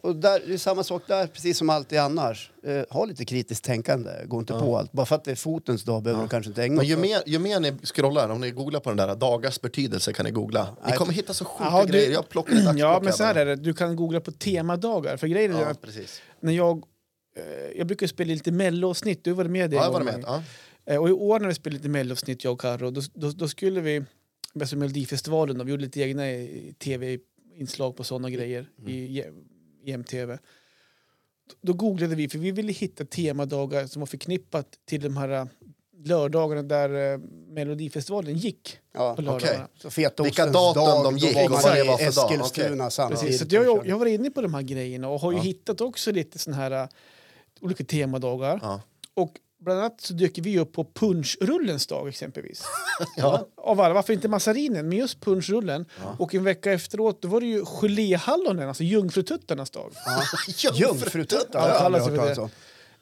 A: Och där, det är samma sak där, precis som alltid annars. Eh, ha lite kritiskt tänkande, gå inte på allt. Bara för att det är fotens dag behöver du kanske inte ägna
C: Men ju
A: åt det.
C: mer, ju mer ni scrollar, om ni googlar på den där dagars betydelse kan ni googla. Ni kommer hitta så sjuka
B: Jaha, du-
C: grejer. Jag plockar ett axplock
B: Ja, men så här
C: bara.
B: är det. Du kan googla på temadagar. För grejen är
C: Ja,
B: att
C: precis.
B: när jag... eh, Jag brukar ju spela lite mello-snitt. Du var med i det.
C: Ja,
B: en
C: jag var
B: gång,
C: med.
B: Mange.
C: Ja.
B: Eh, Och i år när vi spelade lite mello-snitt, jag och Karo, då, då, då skulle vi... Bästa Melodifestivalen, då, vi gjorde lite egna eh, tv-inslag på sådana grejer i, i MTV. Då googlade vi, för vi ville hitta temadagar som var förknippat till de här eh, lördagarna där eh, Melodifestivalen gick.
A: Ja,
B: på lördagarna.
A: Så fetostens
C: Vilka datum
A: dag,
C: de
A: då
C: gick
A: var
C: och
A: man
C: vad det
A: i
C: var för dag.
A: Eskilstuna samtidigt.
B: Precis, så att jag, jag, jag var inne på de här grejerna och har ju hittat också lite sådana här eh, olika temadagar.
C: Ja.
B: Och bland annat så dyker vi upp på punschrullens dag exempelvis.
C: Ja.
B: Av alla, varför inte massarinen? Men just punschrullen. Och en vecka efteråt då var det ju geléhallonen, alltså jungfrututtarnas dag.
A: Jungfrututtar har
B: Ja,
A: jag
B: kallas
A: aldrig hört
B: det för
A: talas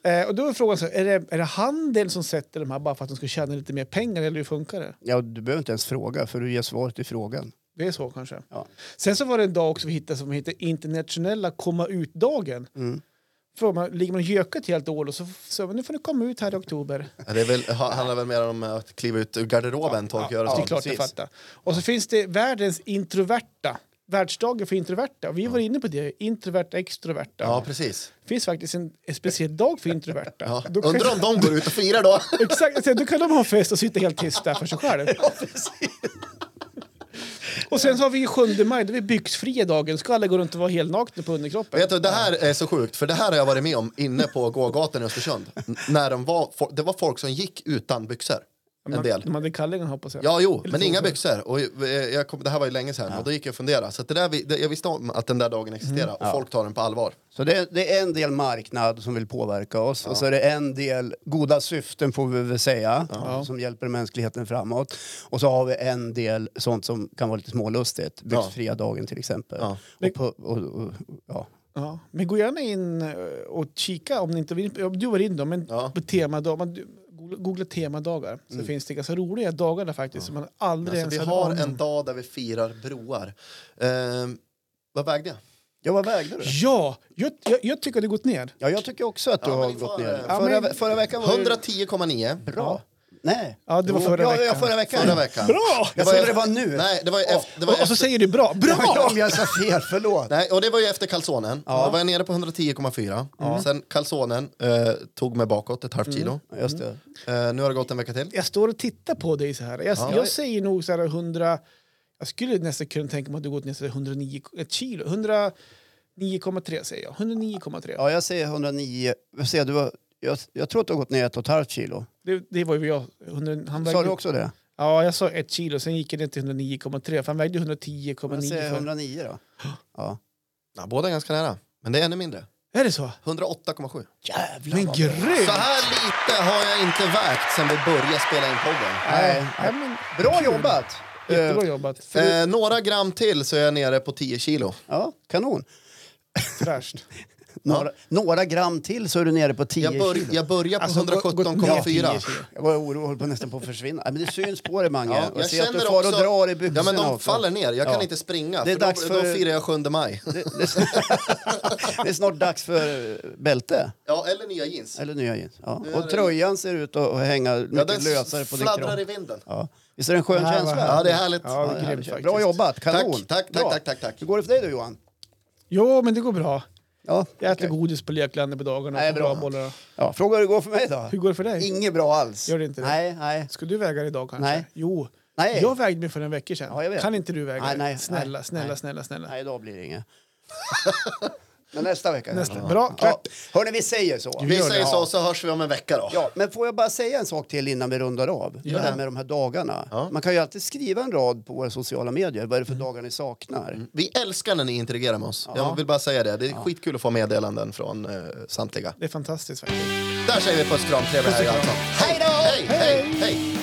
B: det.
A: om.
B: Eh, och då är frågan så här, är det, är det handeln som sätter de här bara för att de ska tjäna lite mer pengar eller hur funkar det?
A: Ja, du behöver inte ens fråga, för du ger svaret i frågan.
B: Det är så kanske.
A: Ja.
B: Sen så var det en dag också vi hittade som heter internationella komma ut-dagen. För man, ligger man och gökar ett helt år och så så nu får ni komma ut här i oktober.
C: Det är väl, ha- handlar väl mer om att kliva ut ur garderoben, tolkar jag
B: det är
C: det som.
B: klart jag fattar. Och så finns det världens introverta. Världsdagen för introverta. Vi var inne på det. Introverta, extroverta.
C: Ja, precis.
B: finns faktiskt en, en speciell dag för introverta.
C: Ja.
B: Då kan,
C: Undrar om de går ut och firar då?
B: Exakt, alltså, då kan de ha en fest och sitta helt tysta för sig själv. och sen så har vi ju 7 maj, då är vi byxfria dagen. Ska alla gå runt och vara helnakna på underkroppen?
C: Vet du, det här är så sjukt, för det här har jag varit med om inne på gågatan i Östersund. N- När de var, fo- det var folk som gick utan byxor. En
B: Man-
C: del.
B: De hade kallingen hoppas jag.
C: Ja, jo,
B: Eller
C: men
B: så-
C: inga byxor. Och eh, jag kom, det här var ju länge sedan, och då gick jag och funderade. Så att det där, vi- det, jag visste om att den där dagen existerade, och folk tar den på allvar.
A: Så det är, det är en del marknad som vill påverka oss och så är det en del goda syften får vi väl säga som hjälper mänskligheten framåt. Och så har vi en del sånt som kan vara lite smålustigt. Byxfria dagen till exempel.
C: Ja.
A: Och, pu- och, och, ja.
B: Ja. Men gå gärna in eh, och kika om ni inte vill. ja, Du var inne då, men
C: Ja. Mm.
B: på temadag, man, du- googla- googla temadagar så finns det ganska roliga dagar där faktiskt som man aldrig
C: Alltså, vi
B: ens
C: har
B: hade
C: en dag där vi firar broar. Ehm, vad vägde jag?
A: ja, vad vägde du?
B: Ja, jag, jag, jag tycker det gått ner.
A: Ja, jag tycker också att du
C: Ja,
A: har
C: men
A: gått
C: det var-
A: ner.
C: Ja,
A: förra,
B: men-
A: förra veckan var
C: 110,9.
A: du bra. Nej.
B: Ja, det var
A: Jo,
B: förra
A: ja,
B: veckan.
A: Ja, förra veckan.
C: Förra veckan.
B: Bra!
A: Jag trodde det var nu.
C: Nej, det var ju efter... Det var
B: Och,
C: ju
B: och så
C: efter
B: säger du bra,
A: Ja,
B: bra!
A: om jag sa fel, förlåt.
C: Nej, och det var ju efter kalsonen. Då var jag nere på 110,4. Sen kalsonen eh, tog mig bakåt ett halvt kilo.
A: Just det.
C: Eh, nu har det gått en vecka till.
B: Jag står och tittar på dig så här. Jag, jag säger nog så här 100... Jag skulle nästan kunna tänka mig att du gått ner så här 109 ett kilo. 109,3 säger jag. 109,3.
A: Ja, jag säger 109. Jag, säger, du var, jag, jag tror att du har gått ner ett och ett halvt kilo.
B: Det, det var ju jag. 100, han
A: Sa
B: vägde,
A: du också det?
B: Ja, jag sa ett kilo. Sen gick jag ner till 109,3 för han vägde ju 110,9.
A: Jag säger
B: för-
A: 109 då. Ja.
C: Ja, båda är ganska nära, men det är ännu mindre.
B: Är det så?
C: 108,7.
A: Jävlar
B: Men
A: vad bra.
B: grymt!
C: Så här lite har jag inte vägt sen vi började spela in podden.
A: Nej.
B: Ja, men,
A: Bra jobbat!
B: jättebra
A: Eh,
B: jobbat.
C: Eh, några gram till så är jag nere på 10 kilo.
A: Ja, kanon.
B: Fräscht.
A: Några, några gram till så är du nere på 10
C: Jag, bör,
A: kilo.
C: jag börjar på
B: Alltså, gå- gå- ja,
C: 117,4.
B: 10 kilo.
A: Jag var orolig, höll på nästan på att försvinna. Nej, Men det syns på dig, Mange.
C: Ja,
A: jag
C: jag
A: ser att du
C: känner
A: far och
C: också...
A: drar i busarna
C: ja, men de
A: också.
C: faller ner. Jag kan
A: Ja.
C: inte springa.
A: Det är
C: för
A: dags
C: då,
A: för-
C: då firar jag 7 maj.
A: Det, det, är snart, det är snart dags för eh, bälte,
C: Ja, eller nya jeans.
A: eller nya jeans. Ja.
C: är
A: Och
C: det-
A: tröjan ser ut att att hänga
C: Ja,
A: mycket
C: den
A: lösare på din
C: fladdrar
A: kropp.
C: i vinden.
A: Ja. Visst är det en skön
B: Det här var
A: känsla?
C: Ja, det är härligt.
B: Ja, det är
A: härligt.
B: grymt faktiskt.
A: Bra jobbat, kanon!
C: Tack, tack,
A: Bra.
C: tack, tack, tack.
A: Hur går det för dig då, Johan?
B: Jo, men det går bra.
A: Ja,
B: Jag äter
A: okej.
B: godis på leklandet på dagarna.
A: Nej,
B: och får
A: bra.
B: bra bollar.
A: ja, Fråga hur det går för mig då?
B: Hur går det för dig?
A: Inget bra alls.
B: Gör det inte det?
A: Nej, nej.
B: Ska du väga dig idag kanske?
A: Nej.
B: Jo.
A: Nej.
B: Jag vägde mig för en vecka sedan.
A: Ja, jag vet.
B: Kan inte du väga
A: Nej,
B: dig?
A: nej,
B: snälla,
A: nej,
B: snälla,
A: nej.
B: snälla, snälla.
A: Nej, idag blir det inget. Men nästa vecka.
B: Nästa.
A: kanske.
B: Bra,
A: Ja.
B: klart.
A: Hörni, vi säger så.
C: Vi
B: gör det.
C: säger så, så hörs vi om en vecka då.
A: Ja, men får jag bara säga en sak till innan vi rundar av? Det där med de här dagarna.
C: Ja.
A: Man kan ju alltid skriva en rad på våra sociala medier. Vad är det för dagar ni saknar?
B: Mm.
C: Vi älskar när ni interagerar med oss. Jag vill bara säga det. Det är skitkul att få meddelanden från eh, samtliga.
B: Det är fantastiskt faktiskt.
C: Där säger vi puss och kram. Trevlig helg alltså. Hej då! hej, hej. hej.